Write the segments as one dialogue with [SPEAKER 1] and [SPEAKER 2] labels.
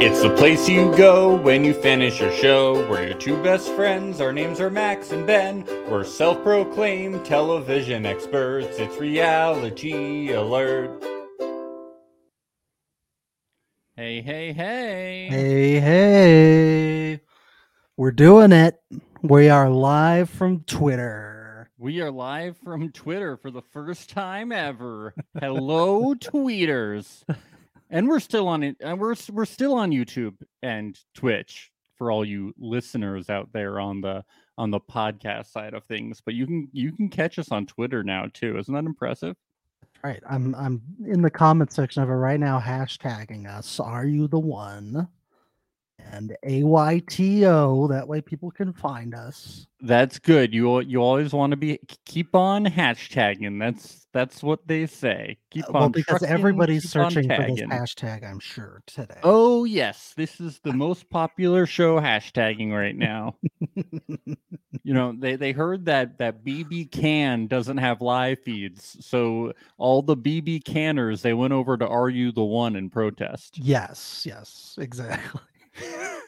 [SPEAKER 1] It's the place you go when you finish your show. We're your two best friends. Our names are Max and Ben. We're self proclaimed television experts. It's reality alert. Hey, hey, hey.
[SPEAKER 2] Hey, hey. We're doing it. We are live from Twitter.
[SPEAKER 1] We are live from Twitter for the first time ever. Hello, tweeters. And we're still on it. And we're we're still on YouTube and Twitch for all you listeners out there on the on the podcast side of things. But you can you can catch us on Twitter now too. Isn't that impressive?
[SPEAKER 2] All right. I'm I'm in the comment section of it right now hashtagging us. Are you the one? And AYTO. That way people can find us.
[SPEAKER 1] That's good. You al- you always want to be keep on hashtagging. That's that's what they say. Keep
[SPEAKER 2] Uh,
[SPEAKER 1] on
[SPEAKER 2] Well, because
[SPEAKER 1] trucking,
[SPEAKER 2] everybody's
[SPEAKER 1] keep on
[SPEAKER 2] searching for this
[SPEAKER 1] tagging.
[SPEAKER 2] hashtag, I'm sure, today.
[SPEAKER 1] Oh yes, this is the most popular show hashtagging right now. you know, they they heard that that BB Can doesn't have live feeds, so all the BB Canners they went over to Are You the One in protest.
[SPEAKER 2] yes, yes, exactly.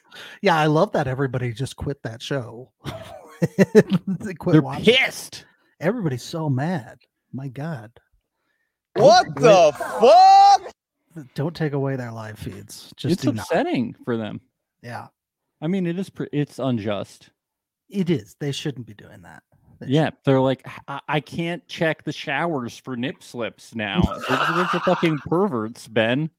[SPEAKER 2] yeah, I love that everybody just quit that show. they quit
[SPEAKER 1] They're
[SPEAKER 2] watching.
[SPEAKER 1] pissed.
[SPEAKER 2] Everybody's so mad. My God. Don't
[SPEAKER 3] What
[SPEAKER 2] take away-
[SPEAKER 3] the fuck?
[SPEAKER 2] don't take away their live feeds. Just
[SPEAKER 1] it's
[SPEAKER 2] do not.
[SPEAKER 1] upsetting for them.
[SPEAKER 2] Yeah,
[SPEAKER 1] I mean, it is pre- it's unjust.
[SPEAKER 2] it is. They shouldn't be doing that. They
[SPEAKER 1] Yeah, they're like, "H- I, I can't check the showers for nip slips now. Those those are fucking perverts, Ben.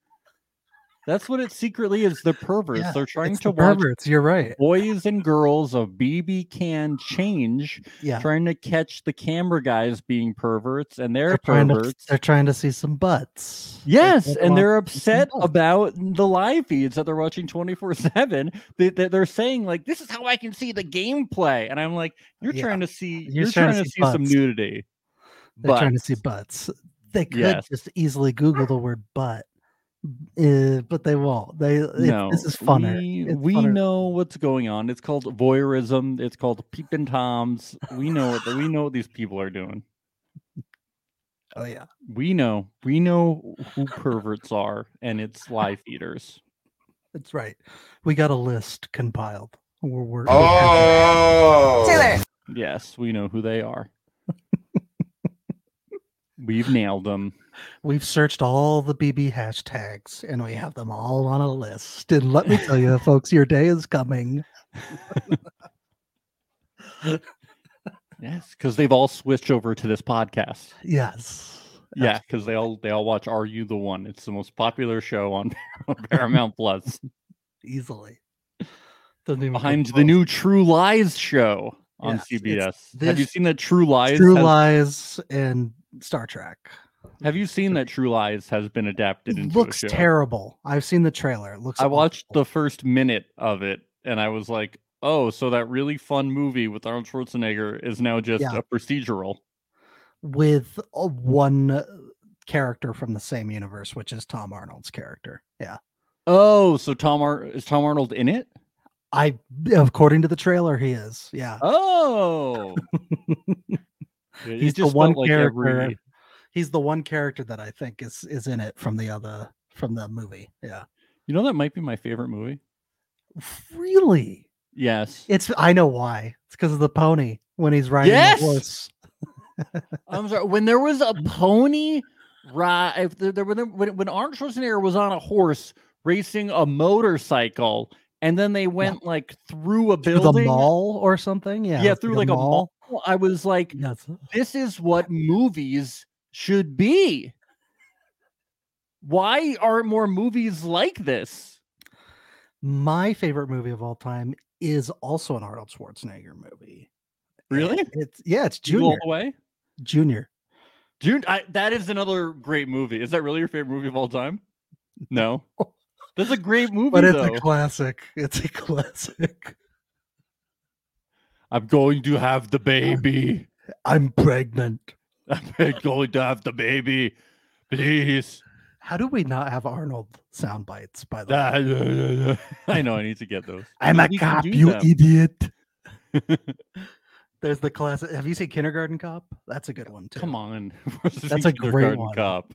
[SPEAKER 1] That's what it secretly is. They're perverts.
[SPEAKER 2] Yeah,
[SPEAKER 1] they're trying
[SPEAKER 2] It's
[SPEAKER 1] to
[SPEAKER 2] the
[SPEAKER 1] watch
[SPEAKER 2] perverts. You're right.
[SPEAKER 1] boys and girls of BB can change,
[SPEAKER 2] Yeah,
[SPEAKER 1] trying to catch the camera guys being perverts, and they're,
[SPEAKER 2] they're trying to.
[SPEAKER 1] perverts.
[SPEAKER 2] They're trying to see some butts. They
[SPEAKER 1] Yes,
[SPEAKER 2] don't
[SPEAKER 1] and
[SPEAKER 2] want
[SPEAKER 1] they're
[SPEAKER 2] to see some
[SPEAKER 1] upset
[SPEAKER 2] butts.
[SPEAKER 1] about the live feeds that they're watching 24 7. They, they, they're saying, like, this is how I can see the gameplay. And I'm like, you're
[SPEAKER 2] Yeah.
[SPEAKER 1] trying to see,
[SPEAKER 2] You're
[SPEAKER 1] you're, trying, to see, some
[SPEAKER 2] butts.
[SPEAKER 1] nudity.
[SPEAKER 2] They're trying to see butts. They could
[SPEAKER 1] Yes.
[SPEAKER 2] just easily Google the word butt, uh, but they won't. They. it-
[SPEAKER 1] no,
[SPEAKER 2] this is funner.
[SPEAKER 1] We,
[SPEAKER 2] It's
[SPEAKER 1] we
[SPEAKER 2] funner.
[SPEAKER 1] know what's going on. It's called voyeurism. It's called peeping toms. We know what we know what these people are doing.
[SPEAKER 2] Oh yeah.
[SPEAKER 1] We know we know who perverts are, and it's live feeders.
[SPEAKER 2] That's right. We got a list compiled. We're working.
[SPEAKER 3] Oh.
[SPEAKER 1] Yes, we know who they are. We've nailed them.
[SPEAKER 2] We've searched all the BB hashtags and we have them all on a list. And let me tell you, folks, your day is coming.
[SPEAKER 1] Yes, because they've all switched over to this podcast.
[SPEAKER 2] Yes.
[SPEAKER 1] Yeah, because they all they all watch Are You the One? It's the most popular show on Paramount Plus.
[SPEAKER 2] Easily. Doesn't even get
[SPEAKER 1] behind the
[SPEAKER 2] close.
[SPEAKER 1] new True Lies show on
[SPEAKER 2] Yes, it's
[SPEAKER 1] CBS. Have you
[SPEAKER 2] this
[SPEAKER 1] seen that True Lies?
[SPEAKER 2] True
[SPEAKER 1] has-
[SPEAKER 2] Lies and Star Trek.
[SPEAKER 1] Have you seen that True Lies has been adapted
[SPEAKER 2] It
[SPEAKER 1] into
[SPEAKER 2] looks
[SPEAKER 1] a show?
[SPEAKER 2] terrible. I've seen the trailer. It looks
[SPEAKER 1] I watched
[SPEAKER 2] awful.
[SPEAKER 1] the first minute of it and I was like, "Oh, so that really fun movie with Arnold Schwarzenegger is now just
[SPEAKER 2] Yeah.
[SPEAKER 1] a procedural."
[SPEAKER 2] with uh, one character from the same universe, which is Tom Arnold's character. Yeah.
[SPEAKER 1] Oh, so Tom Ar- is Tom Arnold in it?
[SPEAKER 2] I according to the trailer, he is. Yeah.
[SPEAKER 1] Oh. Yeah, it
[SPEAKER 2] He's the
[SPEAKER 1] just
[SPEAKER 2] one
[SPEAKER 1] felt like
[SPEAKER 2] character
[SPEAKER 1] every-
[SPEAKER 2] he's the one character that I think is is in it from the other from the movie. Yeah.
[SPEAKER 1] You know that might be my favorite movie.
[SPEAKER 2] Really?
[SPEAKER 1] Yes.
[SPEAKER 2] It's I know why. It's because of the pony when he's riding
[SPEAKER 1] Yes!
[SPEAKER 2] the horse.
[SPEAKER 1] I'm sorry. When there was a pony ride, if there, there, when, there- when when Arnold Schwarzenegger was on a horse racing a motorcycle, and then they went like through a
[SPEAKER 2] Through
[SPEAKER 1] building,
[SPEAKER 2] the mall or something. Yeah.
[SPEAKER 1] yeah,
[SPEAKER 2] it's
[SPEAKER 1] through like a mall. Mm. I was like,
[SPEAKER 2] Yes.
[SPEAKER 1] this is what movies should be. Why aren't more movies like this?
[SPEAKER 2] My favorite movie of all time is also an Arnold Schwarzenegger movie.
[SPEAKER 1] Really?
[SPEAKER 2] And It's yeah, it's
[SPEAKER 1] You all
[SPEAKER 2] Junior.
[SPEAKER 1] the way.
[SPEAKER 2] Junior.
[SPEAKER 1] June, I, that is another great movie. Is that really your favorite movie of all time? No, that's a great movie.
[SPEAKER 2] But it's
[SPEAKER 1] though.
[SPEAKER 2] a classic. It's a classic.
[SPEAKER 1] I'm going to have the baby.
[SPEAKER 2] I'm pregnant.
[SPEAKER 1] I'm going to have the baby. Please.
[SPEAKER 2] How do we not have Arnold sound bites by the way?
[SPEAKER 1] I know I need to get those.
[SPEAKER 2] I'm a
[SPEAKER 1] We can
[SPEAKER 2] cop,
[SPEAKER 1] do
[SPEAKER 2] you
[SPEAKER 1] them.
[SPEAKER 2] idiot. There's the classic. Have you seen Kindergarten Cop? That's a good one too.
[SPEAKER 1] Come on.
[SPEAKER 2] That's a great
[SPEAKER 1] Kindergarten
[SPEAKER 2] one.
[SPEAKER 1] Cop.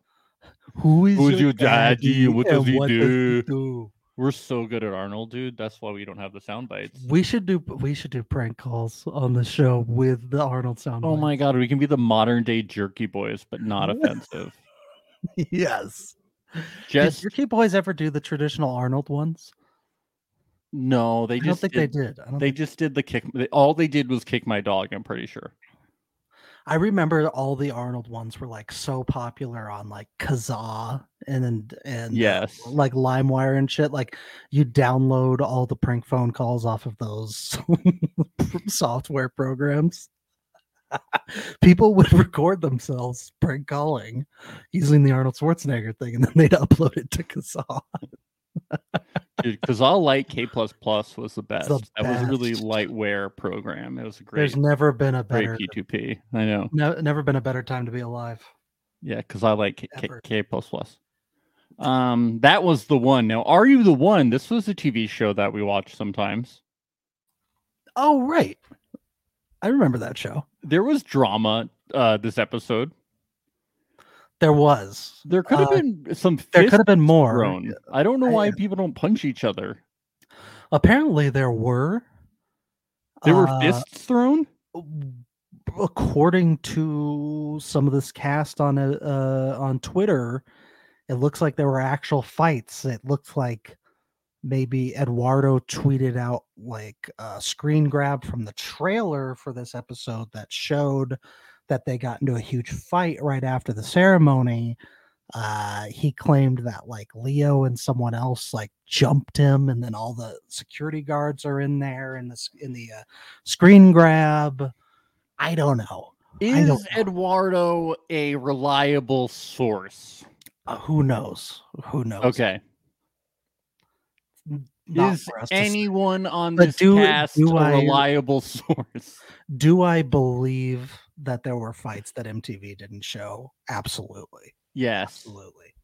[SPEAKER 2] who is
[SPEAKER 1] Who's
[SPEAKER 2] your,
[SPEAKER 1] your daddy and what does he do?
[SPEAKER 2] do?
[SPEAKER 1] We're so good at Arnold, dude. That's why we don't have the sound bites.
[SPEAKER 2] We should do we should do prank calls on the show with the Arnold sound.
[SPEAKER 1] Oh
[SPEAKER 2] bites.
[SPEAKER 1] my god, we can be the modern day jerky boys, but not offensive.
[SPEAKER 2] yes.
[SPEAKER 1] Just
[SPEAKER 2] Did Jerky Boys ever do the traditional Arnold ones?
[SPEAKER 1] no, they
[SPEAKER 2] I don't
[SPEAKER 1] just
[SPEAKER 2] think
[SPEAKER 1] did,
[SPEAKER 2] they did. I, don't
[SPEAKER 1] they
[SPEAKER 2] think,
[SPEAKER 1] just did the kick. They, all they did was kick my dog. I'm pretty sure.
[SPEAKER 2] I remember all the Arnold ones were like so popular on like Kazaa and and, and uh,
[SPEAKER 1] Yes.
[SPEAKER 2] like LimeWire and shit. Like you download all the prank phone calls off of those software programs. People would record themselves prank calling using the Arnold Schwarzenegger thing, and then they'd upload it to Kazaa.
[SPEAKER 1] because all light K plus plus was the best. that was a really
[SPEAKER 2] best.
[SPEAKER 1] lightware program. It was a great,
[SPEAKER 2] There's never been a
[SPEAKER 1] great
[SPEAKER 2] better,
[SPEAKER 1] P two P. I know.
[SPEAKER 2] no, never been a better time to be alive.
[SPEAKER 1] Yeah, because I like K, K,
[SPEAKER 2] Ever.
[SPEAKER 1] K plus plus. Um, that was the one. Now, are you the one? This was a TV show that we watched sometimes.
[SPEAKER 2] Oh, right. I remember that show.
[SPEAKER 1] There was drama uh this episode.
[SPEAKER 2] There was.
[SPEAKER 1] There could have
[SPEAKER 2] Uh,
[SPEAKER 1] been some
[SPEAKER 2] There
[SPEAKER 1] fist
[SPEAKER 2] could have been more.
[SPEAKER 1] thrown. I don't know
[SPEAKER 2] I- uh,
[SPEAKER 1] why people don't punch each other.
[SPEAKER 2] Apparently, there were.
[SPEAKER 1] There were
[SPEAKER 2] Uh,
[SPEAKER 1] fists thrown.
[SPEAKER 2] w- uh, According to some of this cast on uh, uh, on Twitter, it looks like there were actual fights. It looked like maybe Eduardo tweeted out like a screen grab from the trailer for this episode that showed that they got into a huge fight right after the ceremony. Uh, he claimed that like Leo and someone else like jumped him, and then all the security guards are in there in this in the uh, screen grab. I don't know. I don't
[SPEAKER 1] Is Eduardo a reliable source?
[SPEAKER 2] Uh, who knows? Who knows?
[SPEAKER 1] Okay.
[SPEAKER 2] Not
[SPEAKER 1] is
[SPEAKER 2] for us to say.
[SPEAKER 1] anyone on
[SPEAKER 2] But
[SPEAKER 1] this
[SPEAKER 2] do-
[SPEAKER 1] cast
[SPEAKER 2] do
[SPEAKER 1] a
[SPEAKER 2] I-
[SPEAKER 1] reliable source?
[SPEAKER 2] do I believe that there were fights that MTV didn't show? Absolutely.
[SPEAKER 1] Yes.
[SPEAKER 2] Absolutely.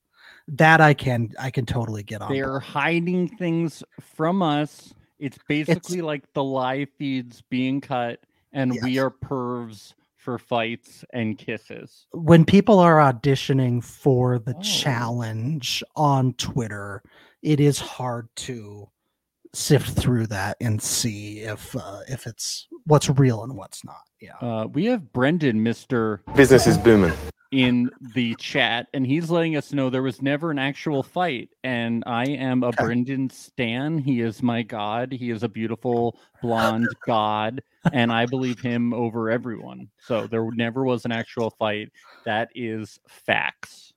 [SPEAKER 2] That I can I can totally get on.
[SPEAKER 1] They
[SPEAKER 2] board.
[SPEAKER 1] are hiding things from us. It's basically like the live feeds being cut, and we
[SPEAKER 2] Yes.
[SPEAKER 1] are pervs for fights and kisses.
[SPEAKER 2] When people are auditioning for the
[SPEAKER 1] Oh.
[SPEAKER 2] challenge on Twitter, it is hard to sift through that and see if uh, if it's what's real and what's not. Yeah.
[SPEAKER 1] Uh, we have Brendan, Mister,
[SPEAKER 3] Business is booming.
[SPEAKER 1] in the chat, and he's letting us know there was never an actual fight. And I am a
[SPEAKER 2] Okay.
[SPEAKER 1] Brendan Stan. He is my god. He is a beautiful blonde god, and I believe him over everyone. So there never was an actual fight. That is facts.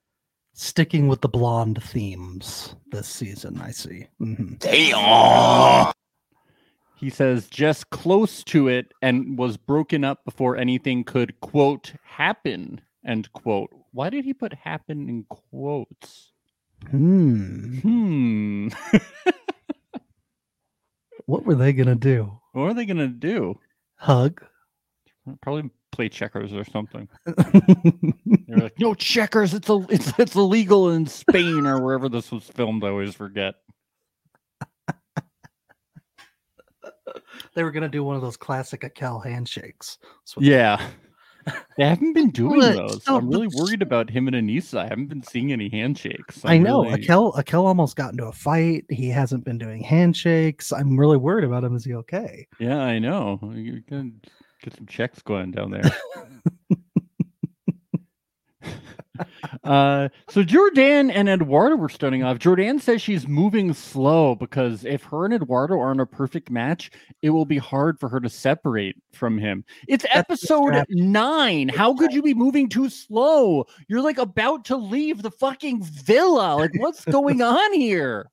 [SPEAKER 2] Sticking with the blonde themes this season, I see. Mhm.
[SPEAKER 3] Damn.
[SPEAKER 1] He says just close to it and was broken up before anything could quote happen end quote. Why did he put happen in quotes?
[SPEAKER 2] Hmm.
[SPEAKER 1] Hmm.
[SPEAKER 2] What were they gonna do?
[SPEAKER 1] What are they gonna do?
[SPEAKER 2] Hug?
[SPEAKER 1] Probably play checkers or something. They're like, no checkers. It's a it's it's illegal in Spain or wherever this was filmed. I always forget.
[SPEAKER 2] they were gonna do one of those classic Akel handshakes. That's what-
[SPEAKER 1] Yeah. They haven't been doing
[SPEAKER 2] Look,
[SPEAKER 1] those.
[SPEAKER 2] so
[SPEAKER 1] I'm really
[SPEAKER 2] the-
[SPEAKER 1] worried about him and Anissa. I haven't been seeing any handshakes.
[SPEAKER 2] I
[SPEAKER 1] I'm
[SPEAKER 2] know
[SPEAKER 1] really-
[SPEAKER 2] Akel. Akel almost got into a fight. He hasn't been doing handshakes. I'm really worried about him. Is he okay?
[SPEAKER 1] Yeah, I know. You can get some checks going down there. uh, so Jordan and Eduardo were starting off. Jordan says she's moving slow because if her and Eduardo aren't a perfect match, it will be hard for her to separate from him. It's
[SPEAKER 2] the
[SPEAKER 1] episode
[SPEAKER 2] strategy.
[SPEAKER 1] nine. How could you be moving too slow? You're like about to leave the fucking villa. Like, what's going on here?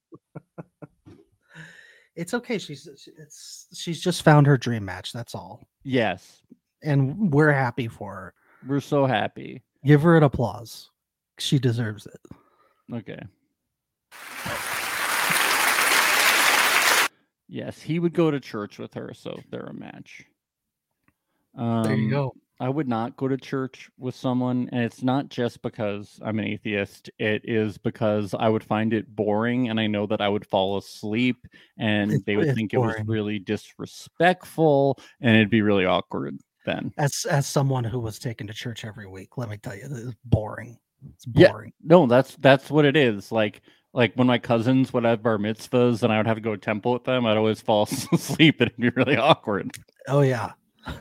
[SPEAKER 2] It's okay. She's it's she's just found her dream match. That's all,
[SPEAKER 1] Yes,
[SPEAKER 2] and we're happy for her.
[SPEAKER 1] we're so happy.
[SPEAKER 2] Give her an applause. She deserves it.
[SPEAKER 1] Okay. Yes, he would go to church with her, so they're a match. Um,
[SPEAKER 2] There you go.
[SPEAKER 1] I would not go to church with someone, and it's not just because I'm an atheist. It is because I would find it boring, and I know that I would fall asleep, and
[SPEAKER 2] It's-
[SPEAKER 1] they would
[SPEAKER 2] it's
[SPEAKER 1] think it was
[SPEAKER 2] boring.
[SPEAKER 1] really disrespectful, and it'd be really awkward then.
[SPEAKER 2] As as someone who was taken to church every week, let me tell you, it's boring. It's
[SPEAKER 1] Yeah.
[SPEAKER 2] boring.
[SPEAKER 1] No, that's that's what it is. Like Like when my cousins would have bar mitzvahs and I would have to go to temple with them, I'd always fall asleep and it'd be really awkward.
[SPEAKER 2] Oh yeah. I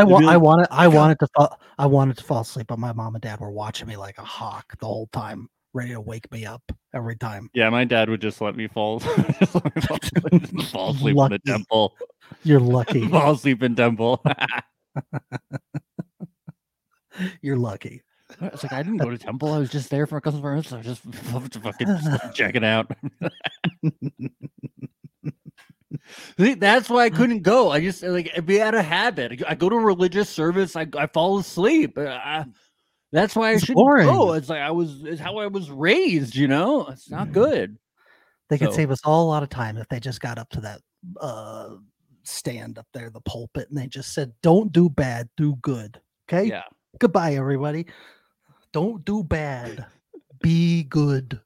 [SPEAKER 1] It'd
[SPEAKER 2] wa-
[SPEAKER 1] be
[SPEAKER 2] I
[SPEAKER 1] like,
[SPEAKER 2] wanted I
[SPEAKER 1] "God."
[SPEAKER 2] wanted to fall I wanted to fall asleep, but my mom and dad were watching me like a hawk the whole time, ready to wake me up every time.
[SPEAKER 1] Yeah, my dad would just let me fall, just let me fall asleep, just fall asleep in the
[SPEAKER 2] Lucky.
[SPEAKER 1] temple.
[SPEAKER 2] You're lucky.
[SPEAKER 1] Fall asleep in temple.
[SPEAKER 2] You're lucky.
[SPEAKER 1] It's like I didn't go to temple. I was just there for a couple of minutes. I was just fucking just checking out. See, that's why I
[SPEAKER 2] Mm.
[SPEAKER 1] couldn't go. I just like it'd be out of habit. I go to religious service. I, I fall asleep. Uh, I, that's why I
[SPEAKER 2] It's
[SPEAKER 1] shouldn't
[SPEAKER 2] boring.
[SPEAKER 1] go. It's like I was. It's how I was raised. You know, it's not good.
[SPEAKER 2] They could
[SPEAKER 1] So-
[SPEAKER 2] save us all a lot of time if they just got up to that uh stand up there, the pulpit, and they just said, Don't do bad, do good. Okay.
[SPEAKER 1] Yeah.
[SPEAKER 2] Goodbye, everybody. Don't do bad. Be good.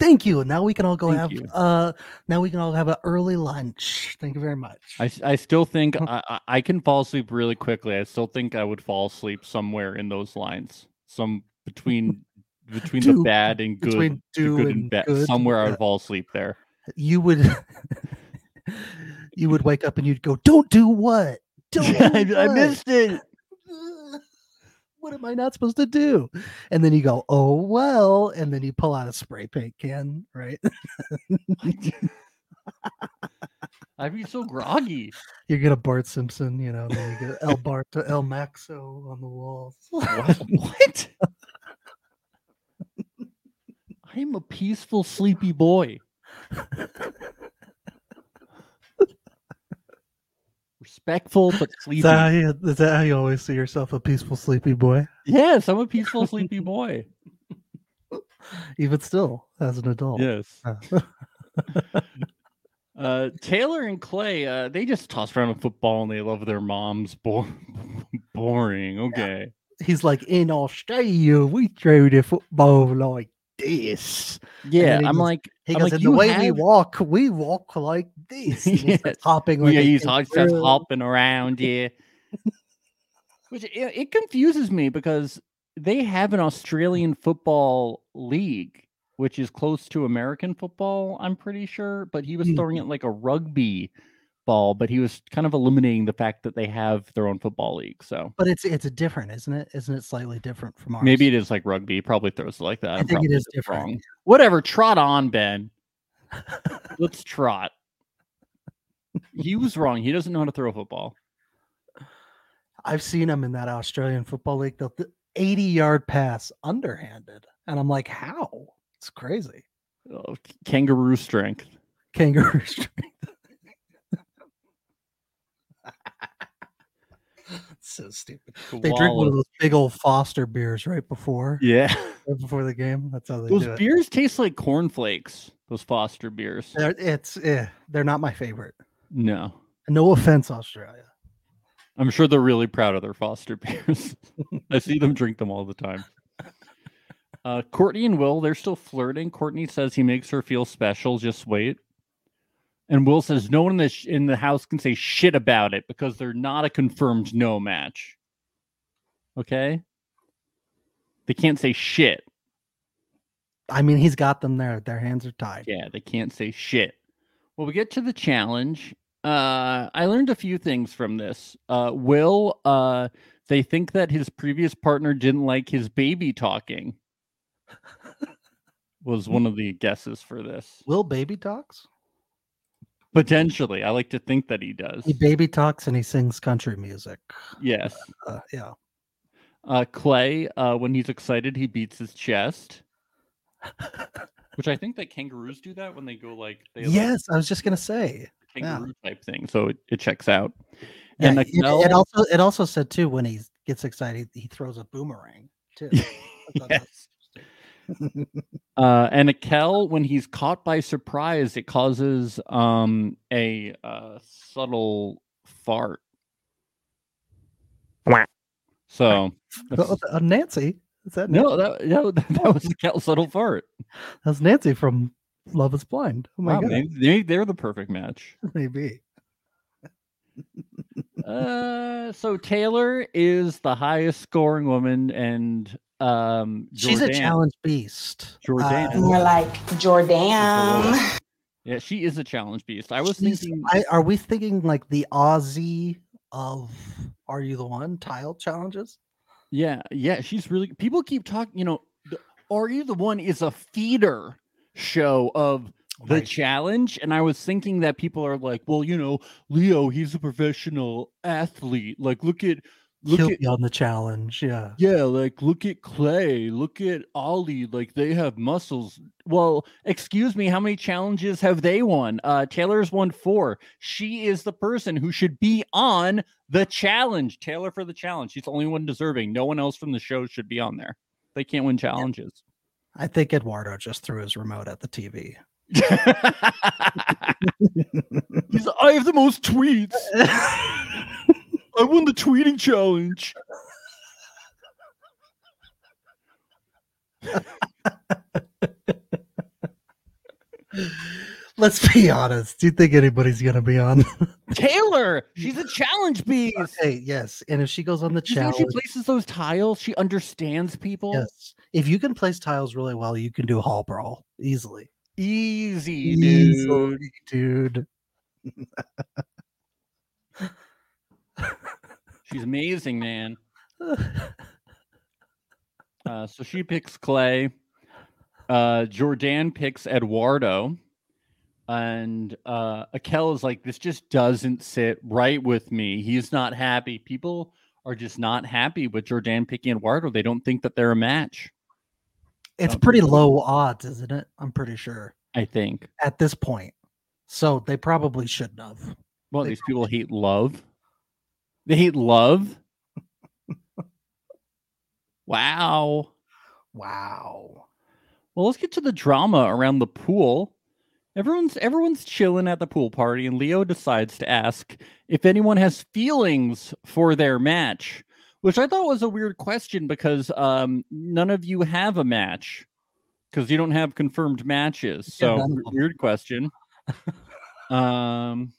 [SPEAKER 2] Thank you. Now we can all go
[SPEAKER 1] Thank
[SPEAKER 2] have
[SPEAKER 1] you.
[SPEAKER 2] uh now we can all have an early lunch. Thank you very much.
[SPEAKER 1] I, s- I still think I, I- I can fall asleep really quickly. I still think I would fall asleep somewhere in those lines, some between between the
[SPEAKER 2] Do-
[SPEAKER 1] bad and good,
[SPEAKER 2] between
[SPEAKER 1] the
[SPEAKER 2] do
[SPEAKER 1] good and,
[SPEAKER 2] and
[SPEAKER 1] bad.
[SPEAKER 2] good,
[SPEAKER 1] Somewhere I
[SPEAKER 2] yeah.
[SPEAKER 1] would fall asleep there.
[SPEAKER 2] you would you would wake up and you'd go, Don't do what? Don't do what?
[SPEAKER 1] it.
[SPEAKER 2] "Ugh, what am I not supposed to do? And then you go, oh well, and then you pull out a spray paint can, right?
[SPEAKER 1] I'd be so groggy.
[SPEAKER 2] You're gonna Bart Simpson, you know, and then you get El Bart to El Maxo on the walls.
[SPEAKER 1] What? what? I'm a peaceful, sleepy boy. Respectful but
[SPEAKER 2] Is
[SPEAKER 1] sleepy.
[SPEAKER 2] that, how you, is that how you always see yourself a peaceful sleepy boy?
[SPEAKER 1] Yes, I'm a peaceful, sleepy boy.
[SPEAKER 2] Even still, as an adult.
[SPEAKER 1] Yes.
[SPEAKER 2] Uh,
[SPEAKER 1] Uh, Taylor and Clay, uh, they just toss around with football and they love their moms. Bo- boring. Okay.
[SPEAKER 2] He's like, in Australia, we throw the football like this. then
[SPEAKER 1] Yeah,
[SPEAKER 2] he
[SPEAKER 1] I'm
[SPEAKER 2] goes-
[SPEAKER 1] like,
[SPEAKER 2] He
[SPEAKER 1] I'm
[SPEAKER 2] goes,
[SPEAKER 1] like,
[SPEAKER 2] and the
[SPEAKER 1] "You
[SPEAKER 2] way we
[SPEAKER 1] have-
[SPEAKER 2] walk, we walk like this. And he starts
[SPEAKER 1] Yes.
[SPEAKER 2] hopping like
[SPEAKER 1] yeah,
[SPEAKER 2] a
[SPEAKER 1] he's hop- starts
[SPEAKER 2] kangaroo.
[SPEAKER 1] hopping around. Yeah. Which it, it confuses me because they have an Australian football league, which is close to American football, I'm pretty sure. But he was
[SPEAKER 2] Mhm.
[SPEAKER 1] throwing it like a rugby ball, but he was kind of eliminating the fact that they have their own football league. So.
[SPEAKER 2] But it's it's a different, isn't it? Isn't it slightly different from ours?
[SPEAKER 1] Maybe it is like rugby. He probably throws it like that.
[SPEAKER 2] I
[SPEAKER 1] I'm
[SPEAKER 2] think it
[SPEAKER 1] probably
[SPEAKER 2] is
[SPEAKER 1] just
[SPEAKER 2] different.
[SPEAKER 1] wrong. Whatever. Trot on, Ben. Let's trot. He was wrong. He doesn't know how to throw a football.
[SPEAKER 2] I've seen him in that Australian football league. The eighty yard pass underhanded, and I'm like, how? It's crazy.
[SPEAKER 1] Oh, k- kangaroo strength.
[SPEAKER 2] Kangaroo strength. so stupid. They drink one
[SPEAKER 1] Koala.
[SPEAKER 2] of those big old Foster beers right before
[SPEAKER 1] Yeah.
[SPEAKER 2] right before the game. That's how they
[SPEAKER 1] Those
[SPEAKER 2] do it.
[SPEAKER 1] beers taste like cornflakes. Those Foster beers.
[SPEAKER 2] They're, it's eh, they're not my favorite.
[SPEAKER 1] No.
[SPEAKER 2] No offense, Australia.
[SPEAKER 1] I'm sure they're really proud of their Foster beers. I see them drink them all the time. Uh, Courtney and Will, they're still flirting. Courtney says he makes her feel special. Just wait. And Will says no one in the sh- in the house can say shit about it because they're not a confirmed no match. Okay. They can't say shit.
[SPEAKER 2] I mean, he's got them there. Their hands are tied.
[SPEAKER 1] Yeah, they can't say shit. Well, we get to the challenge. Uh, I learned a few things from this. Uh, Will, uh, they think that his previous partner didn't like his baby talking. Was one of the guesses for this.
[SPEAKER 2] Will baby talks?
[SPEAKER 1] Potentially, I like to think that he does.
[SPEAKER 2] He baby talks and he sings country music.
[SPEAKER 1] Yes.
[SPEAKER 2] Uh, yeah.
[SPEAKER 1] Uh, Clay, uh, when he's excited, he beats his chest. Which I think that kangaroos do that when they go like they like,
[SPEAKER 2] yes, I was just gonna say. yeah.
[SPEAKER 1] kangaroo type thing. So it, it checks out.
[SPEAKER 2] Yeah,
[SPEAKER 1] And
[SPEAKER 2] it,
[SPEAKER 1] Mikkel-
[SPEAKER 2] it also it also said too when he gets excited he throws a boomerang too. I thought that was interesting.
[SPEAKER 1] Uh, and Akel, when he's caught by surprise, it causes um, a uh, subtle fart. So
[SPEAKER 2] Oh,
[SPEAKER 1] that's-
[SPEAKER 2] uh, Nancy, is that Nancy?
[SPEAKER 1] no, that, no, that was Akel's subtle fart.
[SPEAKER 2] That's Nancy from Love Is Blind. Oh my
[SPEAKER 1] Wow,
[SPEAKER 2] god,
[SPEAKER 1] maybe, maybe they're the perfect match.
[SPEAKER 2] maybe.
[SPEAKER 1] Uh, so Taylor is the highest scoring woman, and Um,
[SPEAKER 2] She's a
[SPEAKER 1] Jordan-
[SPEAKER 2] challenge beast.
[SPEAKER 1] Jordan.
[SPEAKER 2] Uh,
[SPEAKER 4] More like Jordan.
[SPEAKER 1] Yeah, she is a challenge beast. I was
[SPEAKER 2] she's-
[SPEAKER 1] thinking.
[SPEAKER 2] I, are we thinking like the Aussie of Are You the One tile challenges?
[SPEAKER 1] Yeah, yeah, she's really. People keep talking. You know, the, are you the one is a feeder show of the
[SPEAKER 2] Right.
[SPEAKER 1] challenge, and I was thinking that people are like, well, you know, Leo, he's a professional athlete. Like, look at look
[SPEAKER 2] He'll
[SPEAKER 1] at
[SPEAKER 2] be on the challenge. Yeah.
[SPEAKER 1] yeah, like look at Clay, look at Ollie, like they have muscles. Well, excuse me, how many challenges have they won? Uh Taylor's won 4. She is the person who should be on the challenge. Taylor for the challenge. She's the only one deserving. No one else from the show should be on there. They can't win challenges.
[SPEAKER 2] I think Eduardo just threw his remote at the TV.
[SPEAKER 1] He's like, I have the most tweets. I won the tweeting challenge.
[SPEAKER 2] Let's be honest. Do you think anybody's gonna be on?
[SPEAKER 1] Taylor, she's a challenge beast.
[SPEAKER 2] okay, yes. And if she goes on the
[SPEAKER 1] You see how she
[SPEAKER 2] challenge,
[SPEAKER 1] places those tiles? She understands people.
[SPEAKER 2] yes. If you can place tiles really well, you can do hall brawl easily.
[SPEAKER 1] Easy, dude.
[SPEAKER 2] Easily, dude.
[SPEAKER 1] She's amazing, man. Uh, so she picks Clay. Uh, Jordan picks Eduardo. And uh, Akel is like, this just doesn't sit right with me. He's not happy. People are just not happy with Jordan picking Eduardo. They don't think that they're a match,
[SPEAKER 2] it's
[SPEAKER 1] Um,
[SPEAKER 2] pretty low odds, isn't it? I'm pretty sure
[SPEAKER 1] I think.
[SPEAKER 2] at this point. So they probably shouldn't have.
[SPEAKER 1] Well,
[SPEAKER 2] They
[SPEAKER 1] these people hate love. They hate love. wow.
[SPEAKER 2] Wow.
[SPEAKER 1] Well, let's get to the drama around the pool. Everyone's everyone's chilling at the pool party, and Leo decides to ask if anyone has feelings for their match, which I thought was a weird question because um, none of you have a match because you don't have confirmed matches.
[SPEAKER 2] Yeah,
[SPEAKER 1] So
[SPEAKER 2] none
[SPEAKER 1] w-
[SPEAKER 2] of them.
[SPEAKER 1] weird question. um,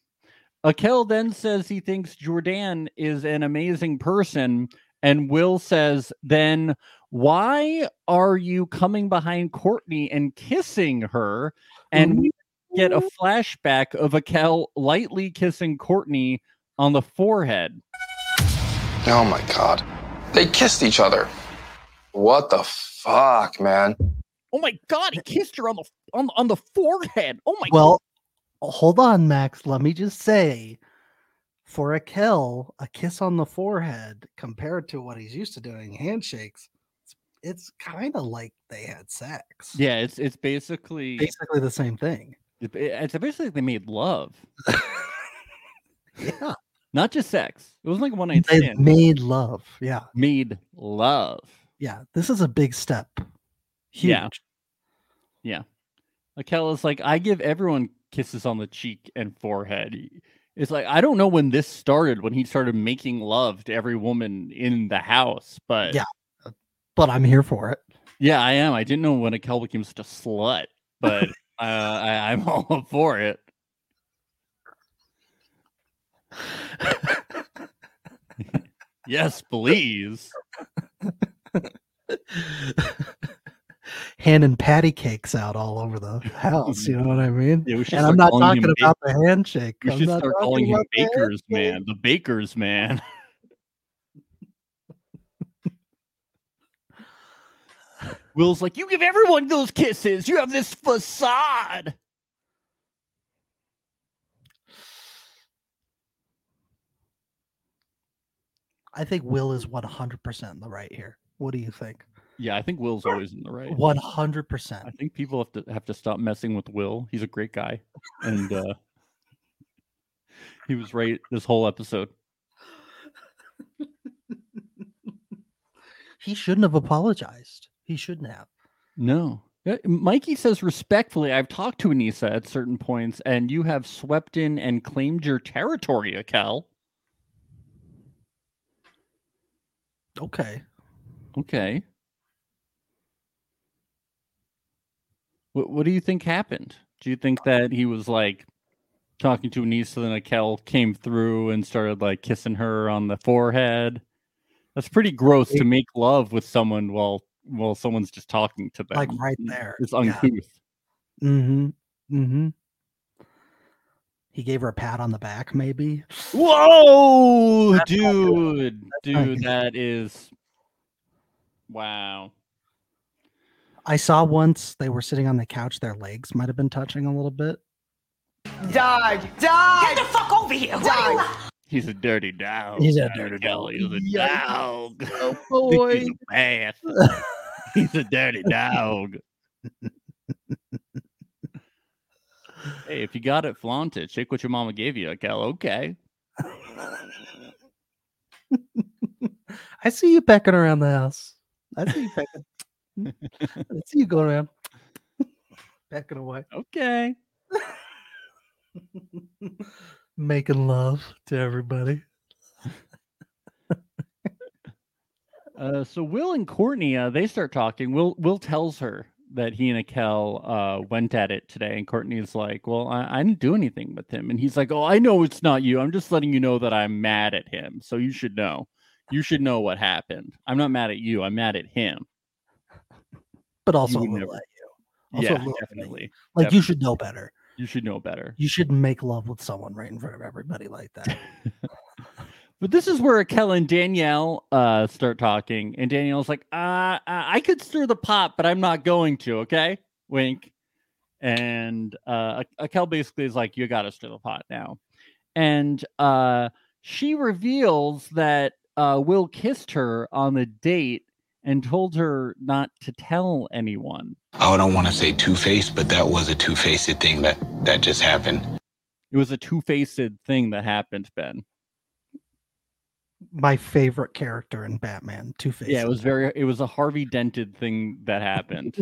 [SPEAKER 1] Akel then says he thinks Jordan is an amazing person, and Will says then why are you coming behind Courtney and kissing her? And we get a flashback of Akel lightly kissing Courtney on the forehead.
[SPEAKER 3] Oh my god. They kissed each other. What the fuck, man?
[SPEAKER 1] Oh my god, he kissed her on the on, the- on the forehead. Oh my
[SPEAKER 2] Well, hold on, Max. Let me just say for a kill, a kiss on the forehead compared to what he's used to doing, handshakes, it's, it's kind of like they had sex.
[SPEAKER 1] Yeah, it's it's basically
[SPEAKER 2] Basically the same thing.
[SPEAKER 1] it- it's basically like they made love,
[SPEAKER 2] Yeah.
[SPEAKER 1] not just sex. It wasn't like a one night
[SPEAKER 2] they
[SPEAKER 1] stand.
[SPEAKER 2] made love. Yeah.
[SPEAKER 1] Made love.
[SPEAKER 2] Yeah. This is a big step. Huge.
[SPEAKER 1] Yeah. Akel is like, I give everyone kisses on the cheek and forehead. He- It's like I don't know when this started, when he started making love to every woman in the house, but
[SPEAKER 2] Yeah. But I'm here for it.
[SPEAKER 1] yeah, I am. I didn't know when Akel became such a slut, but uh, I, I'm all up for it. Yes, please.
[SPEAKER 2] Handing patty cakes out all over the house. You know what I mean?
[SPEAKER 1] Yeah, we should
[SPEAKER 2] And I'm
[SPEAKER 1] start
[SPEAKER 2] not
[SPEAKER 1] calling him
[SPEAKER 2] talking
[SPEAKER 1] Ba-
[SPEAKER 2] about the handshake.
[SPEAKER 1] We
[SPEAKER 2] I'm
[SPEAKER 1] should
[SPEAKER 2] not
[SPEAKER 1] start
[SPEAKER 2] talking
[SPEAKER 1] calling him
[SPEAKER 2] about the
[SPEAKER 1] Baker's
[SPEAKER 2] handshake.
[SPEAKER 1] man, the Baker's man. Will's like, you give everyone those kisses. You have this facade.
[SPEAKER 2] I think Will is 100% in the right here. What do you think?
[SPEAKER 1] Yeah, I think Will's always in the right.
[SPEAKER 2] 100%.
[SPEAKER 1] I think people have to have to stop messing with Will. He's a great guy, and uh, he was right this whole episode.
[SPEAKER 2] He shouldn't have apologized. He shouldn't have.
[SPEAKER 1] No. Yeah, Mikey says respectfully, I've talked to Anissa at certain points, and you have swept in and claimed your territory, Akel.
[SPEAKER 2] Okay.
[SPEAKER 1] Okay. What what do you think happened? Do you think that he was like talking to Anissa then Akel came through and started like kissing her on the forehead? That's pretty gross to make love with someone while well, someone's just talking to them.
[SPEAKER 2] Like right there,
[SPEAKER 1] It's
[SPEAKER 2] yeah.
[SPEAKER 1] uncouth.
[SPEAKER 2] Mm-hmm. Mm-hmm. He gave her a pat on the back, maybe.
[SPEAKER 1] Whoa, dude,
[SPEAKER 2] not
[SPEAKER 1] dude,
[SPEAKER 2] good.
[SPEAKER 1] that is wow.
[SPEAKER 2] I saw once they were sitting on the couch, their legs might have been touching a little bit.
[SPEAKER 4] Get the fuck over here. What are you
[SPEAKER 1] He's a dirty dog.
[SPEAKER 2] He's a
[SPEAKER 1] I
[SPEAKER 2] dirty
[SPEAKER 1] tell
[SPEAKER 2] dog.
[SPEAKER 1] you, He's a
[SPEAKER 2] Yikes.
[SPEAKER 1] dog.
[SPEAKER 2] Oh, boy.
[SPEAKER 1] He's a bad. He's a dirty dog. hey, if you got it, flaunt it. Shake what your mama gave you. Like, hell, okay.
[SPEAKER 2] I see you pecking around the house. I see you pecking. I see you going around, pecking away,
[SPEAKER 1] Okay.
[SPEAKER 2] making love to everybody.
[SPEAKER 1] Uh, so Will and Courtney, uh, they start talking. Will Will tells her that he and Akel uh, went at it today, and Courtney's like, "Well, I, I didn't do anything with him," and he's like, "Oh, I know it's not you. I'm just letting you know that I'm mad at him, so you should know. You should know what happened. I'm not mad at you. I'm mad at him.
[SPEAKER 2] But also, a
[SPEAKER 1] would
[SPEAKER 2] little
[SPEAKER 1] never-
[SPEAKER 2] at you. Also a
[SPEAKER 1] yeah,
[SPEAKER 2] little at me.
[SPEAKER 1] definitely.
[SPEAKER 2] Like you should know better.
[SPEAKER 1] You should know better."
[SPEAKER 2] You should make love with someone right in front of everybody like that.
[SPEAKER 1] But this is where Akel and Danielle uh, start talking, and Danielle's like, uh, uh, "I could stir the pot, but I'm not going to." Okay, wink. And uh, A- Akel basically is like, "You got to stir the pot now," and uh, she reveals that uh, Will kissed her on the date and told her not to tell anyone.
[SPEAKER 5] I don't want to say two faced, but that was a two faced thing that that just happened.
[SPEAKER 1] It was a two-faced thing that happened, Ben.
[SPEAKER 2] My favorite character in Batman, Two Face.
[SPEAKER 1] Yeah, it was very. It was a Harvey Dented thing that happened.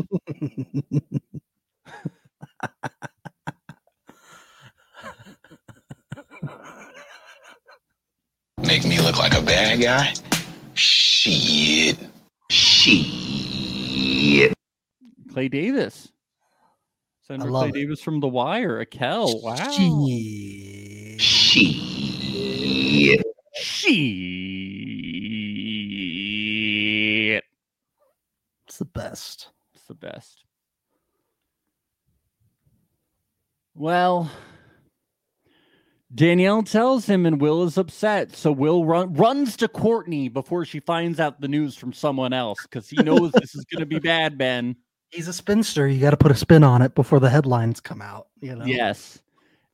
[SPEAKER 5] Make me look like a bad guy? Shit. Shit.
[SPEAKER 1] Clay Davis. Senator Clay
[SPEAKER 2] love it.
[SPEAKER 1] Davis from The Wire, Akel. Wow. She.
[SPEAKER 2] Gee.
[SPEAKER 5] Shit.
[SPEAKER 2] It's the best.
[SPEAKER 1] It's the best. Well, Danielle tells him, and Will is upset. So Will run, runs to Courtney before she finds out the news from someone else because he knows this is going to be bad, Ben.
[SPEAKER 2] He's a spinster. You got to put a spin on it before the headlines come out. You know.
[SPEAKER 1] Yes.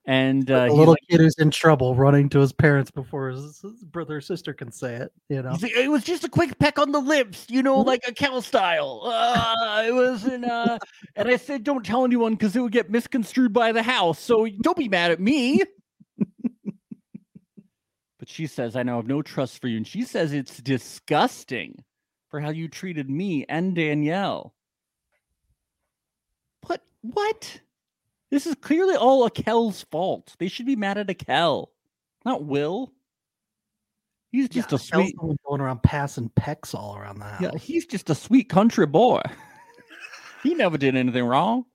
[SPEAKER 1] And
[SPEAKER 2] Like
[SPEAKER 1] uh,
[SPEAKER 2] a
[SPEAKER 1] he's
[SPEAKER 2] little
[SPEAKER 1] like,
[SPEAKER 2] kid who's in trouble running to his parents before his, his brother or sister can say it. You know.
[SPEAKER 1] He's like, it was just a quick peck on the lips, you know,
[SPEAKER 2] Mhm.
[SPEAKER 1] like a cow style. Uh, it was, an, uh, and I said, don't tell anyone because it would get misconstrued by the house. So don't be mad at me. but she says, I now have no trust for you. And she says, it's disgusting for how you treated me and Danielle. What? What? This is clearly all Akel's fault. They should be mad at Akel, not Will. He's just
[SPEAKER 2] Yeah,
[SPEAKER 1] a
[SPEAKER 2] Kel's
[SPEAKER 1] sweet
[SPEAKER 2] the one going around passing pecks all around the house.
[SPEAKER 1] yeah, he's just a sweet country boy. he never did anything wrong.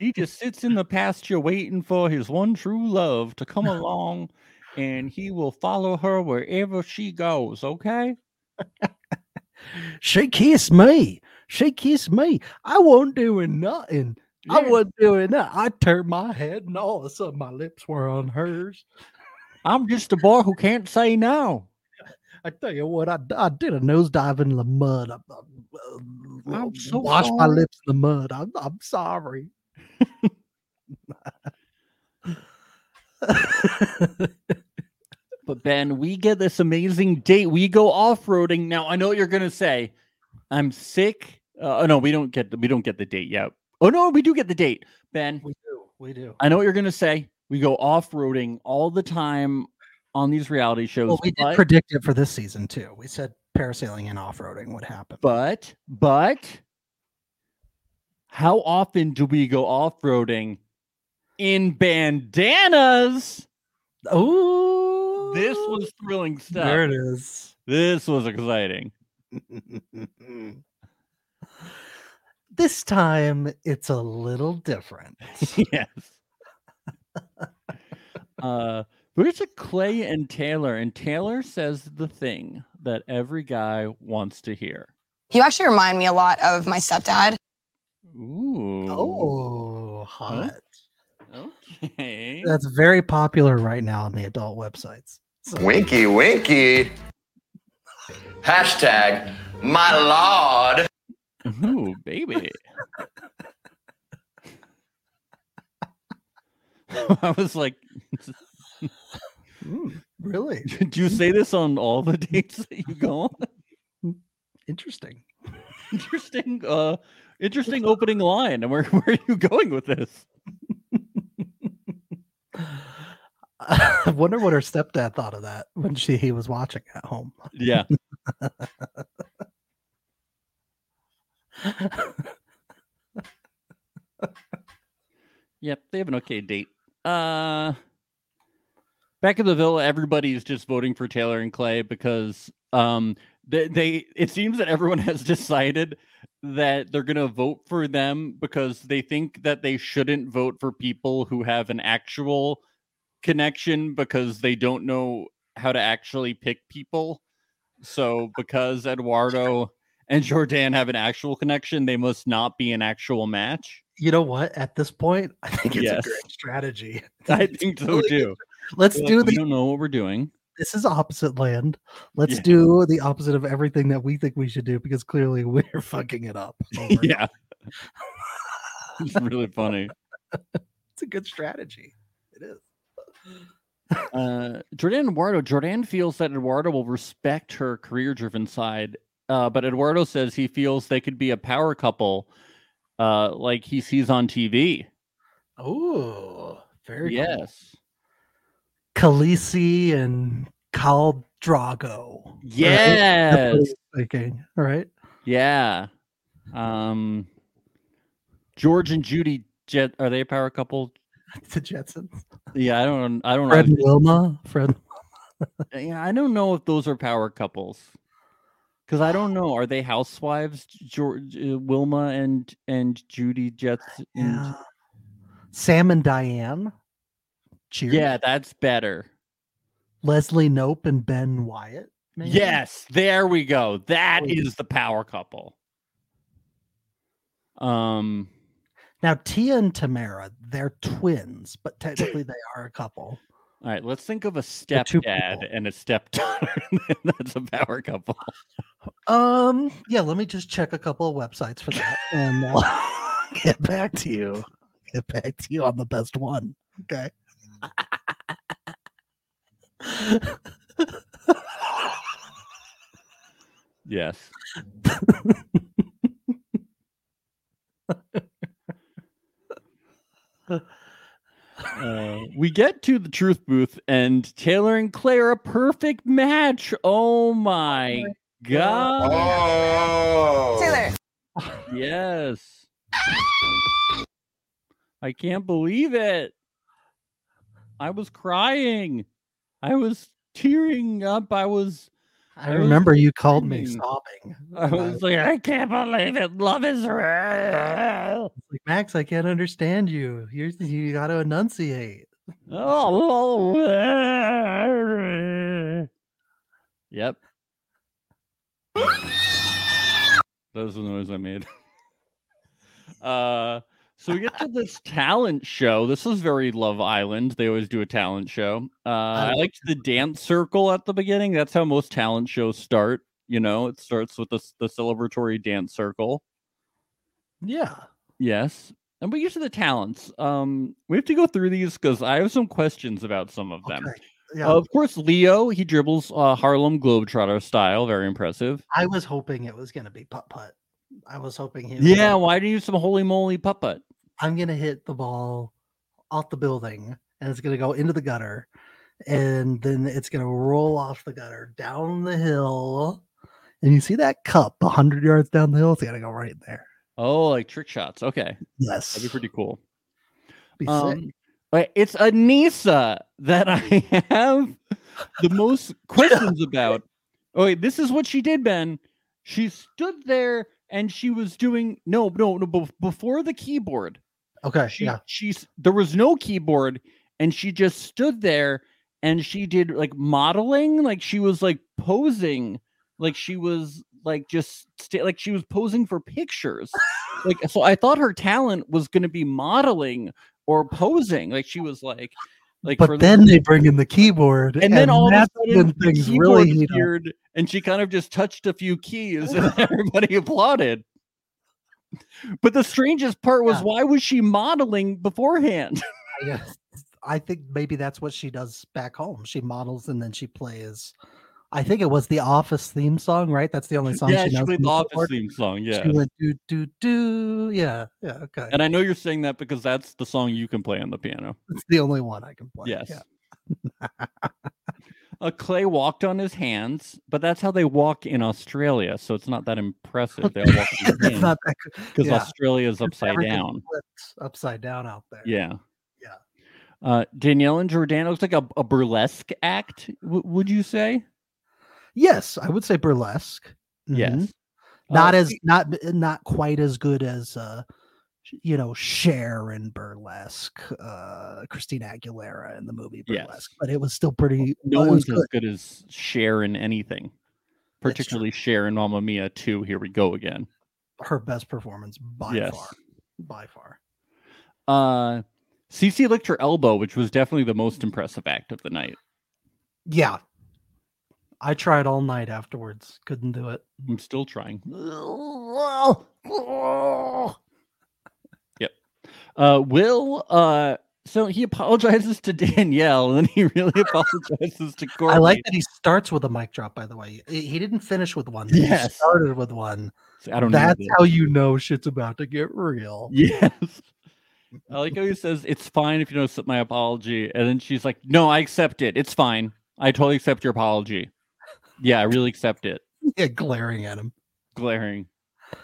[SPEAKER 1] he just sits in the pasture waiting for his one true love to come along and he will follow her wherever she goes, okay?
[SPEAKER 2] She kissed me. She kissed me. I wasn't doing nothing. I
[SPEAKER 1] Yeah.
[SPEAKER 2] wasn't doing that. I turned my head and all of a sudden my lips were on hers.
[SPEAKER 1] I'm just a boy who can't say no.
[SPEAKER 2] I tell you what, I, I did a nosedive in the mud. I, I- I
[SPEAKER 1] I'm so
[SPEAKER 2] washed my
[SPEAKER 1] sorry.
[SPEAKER 2] lips in the mud. I'm, I'm sorry.
[SPEAKER 1] But Ben, we get this amazing date. We go off-roading. Now I know what you're gonna say, I'm sick. Uh, oh no, we don't get the, we don't get the date yet. Oh no, we do get the date, Ben.
[SPEAKER 2] we do. We do.
[SPEAKER 1] I know what you're gonna say. We go off roading all the time on these reality shows.
[SPEAKER 2] Well, we did
[SPEAKER 1] but,
[SPEAKER 2] predict it for this season too. We said parasailing and off roading would happen.
[SPEAKER 1] but but how often do we go off roading in bandanas?
[SPEAKER 2] oh,
[SPEAKER 1] This was thrilling stuff.
[SPEAKER 2] there it is.
[SPEAKER 1] This was exciting.
[SPEAKER 2] this time it's a little different.
[SPEAKER 1] yes. uh, but it's a Clay and Taylor, and Taylor says the thing that every guy wants to hear.
[SPEAKER 6] You actually remind me a lot of my stepdad.
[SPEAKER 1] Ooh.
[SPEAKER 2] Oh, hot.
[SPEAKER 1] Okay.
[SPEAKER 2] That's very popular right now on the adult websites. So-
[SPEAKER 3] Winky, winky. Hashtag my lord.
[SPEAKER 1] Ooh, baby. I was like, Hmm.
[SPEAKER 2] Mm, really
[SPEAKER 1] do you say this on all the dates that you go on?
[SPEAKER 2] interesting.
[SPEAKER 1] Interesting, uh, interesting opening line. And where, where are you going with this?
[SPEAKER 2] I wonder what her stepdad thought of that when she he was watching at home.
[SPEAKER 1] Yeah. Yep, they have an okay date. Uh back at the villa, everybody's just voting for Taylor and Clay because um they, they it seems that everyone has decided that they're gonna vote for them because they think that they shouldn't vote for people who have an actual connection because they don't know how to actually pick people. So because Eduardo and Jordan have an actual connection, they must not be an actual match.
[SPEAKER 2] You know what? At this point, I think it's
[SPEAKER 1] Yes.
[SPEAKER 2] a great strategy.
[SPEAKER 1] I think so
[SPEAKER 2] really
[SPEAKER 1] too.
[SPEAKER 2] Let's
[SPEAKER 1] Like,
[SPEAKER 2] do
[SPEAKER 1] we
[SPEAKER 2] the
[SPEAKER 1] don't know what we're doing.
[SPEAKER 2] this is opposite land. Let's
[SPEAKER 1] Yeah.
[SPEAKER 2] do the opposite of everything that we think we should do because clearly we're fucking it up. over and
[SPEAKER 1] Yeah. it's really funny.
[SPEAKER 2] It's a good strategy. It is.
[SPEAKER 1] Uh, Jordan Eduardo. Jordan feels that Eduardo will respect her career driven side, uh, but Eduardo says he feels they could be a power couple uh, like he sees on TV.
[SPEAKER 2] Oh, very cool.
[SPEAKER 1] Yes.
[SPEAKER 2] Khaleesi and Khal Drago. right? That's
[SPEAKER 1] Yes.
[SPEAKER 2] what he's Thinking, right?
[SPEAKER 1] Yeah. Um George and Judy Jet are they a power couple?
[SPEAKER 2] The Jetsons.
[SPEAKER 1] Yeah, I don't Oh, I don't
[SPEAKER 2] Fred
[SPEAKER 1] know.
[SPEAKER 2] and Wilma. Fred.
[SPEAKER 1] Yeah, I don't know if those are power couples. Cuz I don't know are they housewives J- George uh, Wilma and and Judy Jets and-
[SPEAKER 2] Yeah. Sam and Diane. Cheers.
[SPEAKER 1] yeah, that's better.
[SPEAKER 2] Leslie Nope and Ben Wyatt. maybe?
[SPEAKER 1] Yes, there we go. That
[SPEAKER 2] Oh, yeah.
[SPEAKER 1] is the power couple. Um
[SPEAKER 2] Now Tia and Tamara, they're twins, but technically they are a couple.
[SPEAKER 1] all right, let's think of a
[SPEAKER 2] two
[SPEAKER 1] stepdad
[SPEAKER 2] people.
[SPEAKER 1] and a stepdaughter. That's a power couple.
[SPEAKER 2] Um, yeah, let me just check a couple of websites for that and I'll get back to you. Get back to you on the best one. Okay.
[SPEAKER 1] Yes. Uh, we get to the truth booth, and Taylor and Claire a perfect match. Oh my god!
[SPEAKER 3] Oh.
[SPEAKER 6] Taylor,
[SPEAKER 1] Yes, I can't believe it. I was crying. I was tearing up. I was.
[SPEAKER 2] I
[SPEAKER 1] I was
[SPEAKER 2] remember you called me
[SPEAKER 1] screaming.
[SPEAKER 2] sobbing.
[SPEAKER 1] I was like, I can't believe it. Love is real.
[SPEAKER 2] Like, Max, I can't understand you. You're, you got to enunciate.
[SPEAKER 1] Oh. Yep. That was the noise I made. Uh, so we get to this talent show. This is very Love Island. They always do a talent show. Uh, I
[SPEAKER 2] like
[SPEAKER 1] liked the dance circle at the beginning. That's how most talent shows start. You know, it starts with the, s- the celebratory dance circle.
[SPEAKER 2] Yeah.
[SPEAKER 1] Yes. And we get to the talents. Um, we have to go through these because I have some questions about some of them.
[SPEAKER 2] Okay. Yeah.
[SPEAKER 1] Uh, of course, Leo, he dribbles uh, Harlem Globetrotter style. Very impressive.
[SPEAKER 2] I was hoping it was going to be putt putt. I was hoping he was
[SPEAKER 1] Yeah,
[SPEAKER 2] like,
[SPEAKER 1] why do you use some holy moly puppet?
[SPEAKER 2] I'm going to hit the ball off the building and it's going to go into the gutter and then it's going to roll off the gutter down the hill. And you see that cup 100 yards down the hill? It's going to go right there.
[SPEAKER 1] Oh, like trick shots. Okay.
[SPEAKER 2] Yes.
[SPEAKER 1] That'd be pretty cool.
[SPEAKER 2] Be sick.
[SPEAKER 1] Um, but it's Anissa that I have the most questions about. Oh, wait, this is what she did, Ben. She stood there and she was doing no, no, no, bef- before the keyboard.
[SPEAKER 2] Okay.
[SPEAKER 1] she
[SPEAKER 2] yeah.
[SPEAKER 1] she's there was no keyboard and she just stood there and she did like modeling like she was like posing like she was like just sta- like she was posing for pictures like so i thought her talent was going to be modeling or posing like she was like like for
[SPEAKER 2] but
[SPEAKER 1] the-
[SPEAKER 2] then they bring in the keyboard,
[SPEAKER 1] and then all of a
[SPEAKER 2] that's
[SPEAKER 1] sudden
[SPEAKER 2] when
[SPEAKER 1] the
[SPEAKER 2] things
[SPEAKER 1] keyboard
[SPEAKER 2] really heat up.
[SPEAKER 1] appeared, and she kind of just touched a few keys and everybody applauded but the strangest part was
[SPEAKER 2] Yeah.
[SPEAKER 1] why was she modeling beforehand
[SPEAKER 2] I guess- I think maybe that's what she does back home. She models and then she plays. I think it was the Office theme song, right? That's the only song
[SPEAKER 1] yeah
[SPEAKER 2] she
[SPEAKER 1] she
[SPEAKER 2] knows.
[SPEAKER 1] played
[SPEAKER 2] from
[SPEAKER 1] the
[SPEAKER 2] before.
[SPEAKER 1] office theme song yeah
[SPEAKER 2] She went do do do. Yeah, yeah. Okay,
[SPEAKER 1] and i know you're saying that because that's the song you can play on the piano
[SPEAKER 2] it's the only one I can play.
[SPEAKER 1] Yes.
[SPEAKER 2] yeah.
[SPEAKER 1] uh, Clay walked on his hands, but that's how they walk in Australia. So it's not that impressive. They all walk on their
[SPEAKER 2] it's
[SPEAKER 1] hands
[SPEAKER 2] not that good.
[SPEAKER 1] because
[SPEAKER 2] yeah.
[SPEAKER 1] Australia is upside
[SPEAKER 2] Everything's
[SPEAKER 1] down.
[SPEAKER 2] flipped upside down out there.
[SPEAKER 1] Yeah.
[SPEAKER 2] Yeah.
[SPEAKER 1] Uh, Danielle and Jordan it looks like a, a burlesque act, w- would you say?
[SPEAKER 2] Yes, I would say burlesque. Mhm.
[SPEAKER 1] Yes.
[SPEAKER 2] Not
[SPEAKER 1] Uh,
[SPEAKER 2] as not eh, not quite as good as uh sh- you know Cher in burlesque, uh Christina Aguilera in the movie
[SPEAKER 1] Yes.
[SPEAKER 2] burlesque, but it was still pretty
[SPEAKER 1] no
[SPEAKER 2] it was
[SPEAKER 1] one's as
[SPEAKER 2] good.
[SPEAKER 1] good as Cher in anything,
[SPEAKER 2] true.
[SPEAKER 1] particularly Cher in Mamma Mia 2. Here we go again.
[SPEAKER 2] her best performance by
[SPEAKER 1] Yes.
[SPEAKER 2] far. By far.
[SPEAKER 1] Uh, Cece licked her elbow, which was definitely the most impressive act of the night.
[SPEAKER 2] Yeah. I tried all night afterwards. Couldn't do it.
[SPEAKER 1] I'm still trying. Yep. Uh, Will. Uh, so he apologizes to Danielle, and then he really apologizes to Courtney.
[SPEAKER 2] I like that he starts with a mic drop, by the way. He he didn't finish with one. He
[SPEAKER 1] Yes.
[SPEAKER 2] started with one.
[SPEAKER 1] I don't
[SPEAKER 2] That's
[SPEAKER 1] know. this.
[SPEAKER 2] how you know shit's about to get real.
[SPEAKER 1] Yes. I like how he says it's fine if you don't accept my apology, and then she's like, "No, I accept it. It's fine. I totally accept your apology. Yeah, I really accept it."
[SPEAKER 2] Yeah, glaring at him.
[SPEAKER 1] Glaring.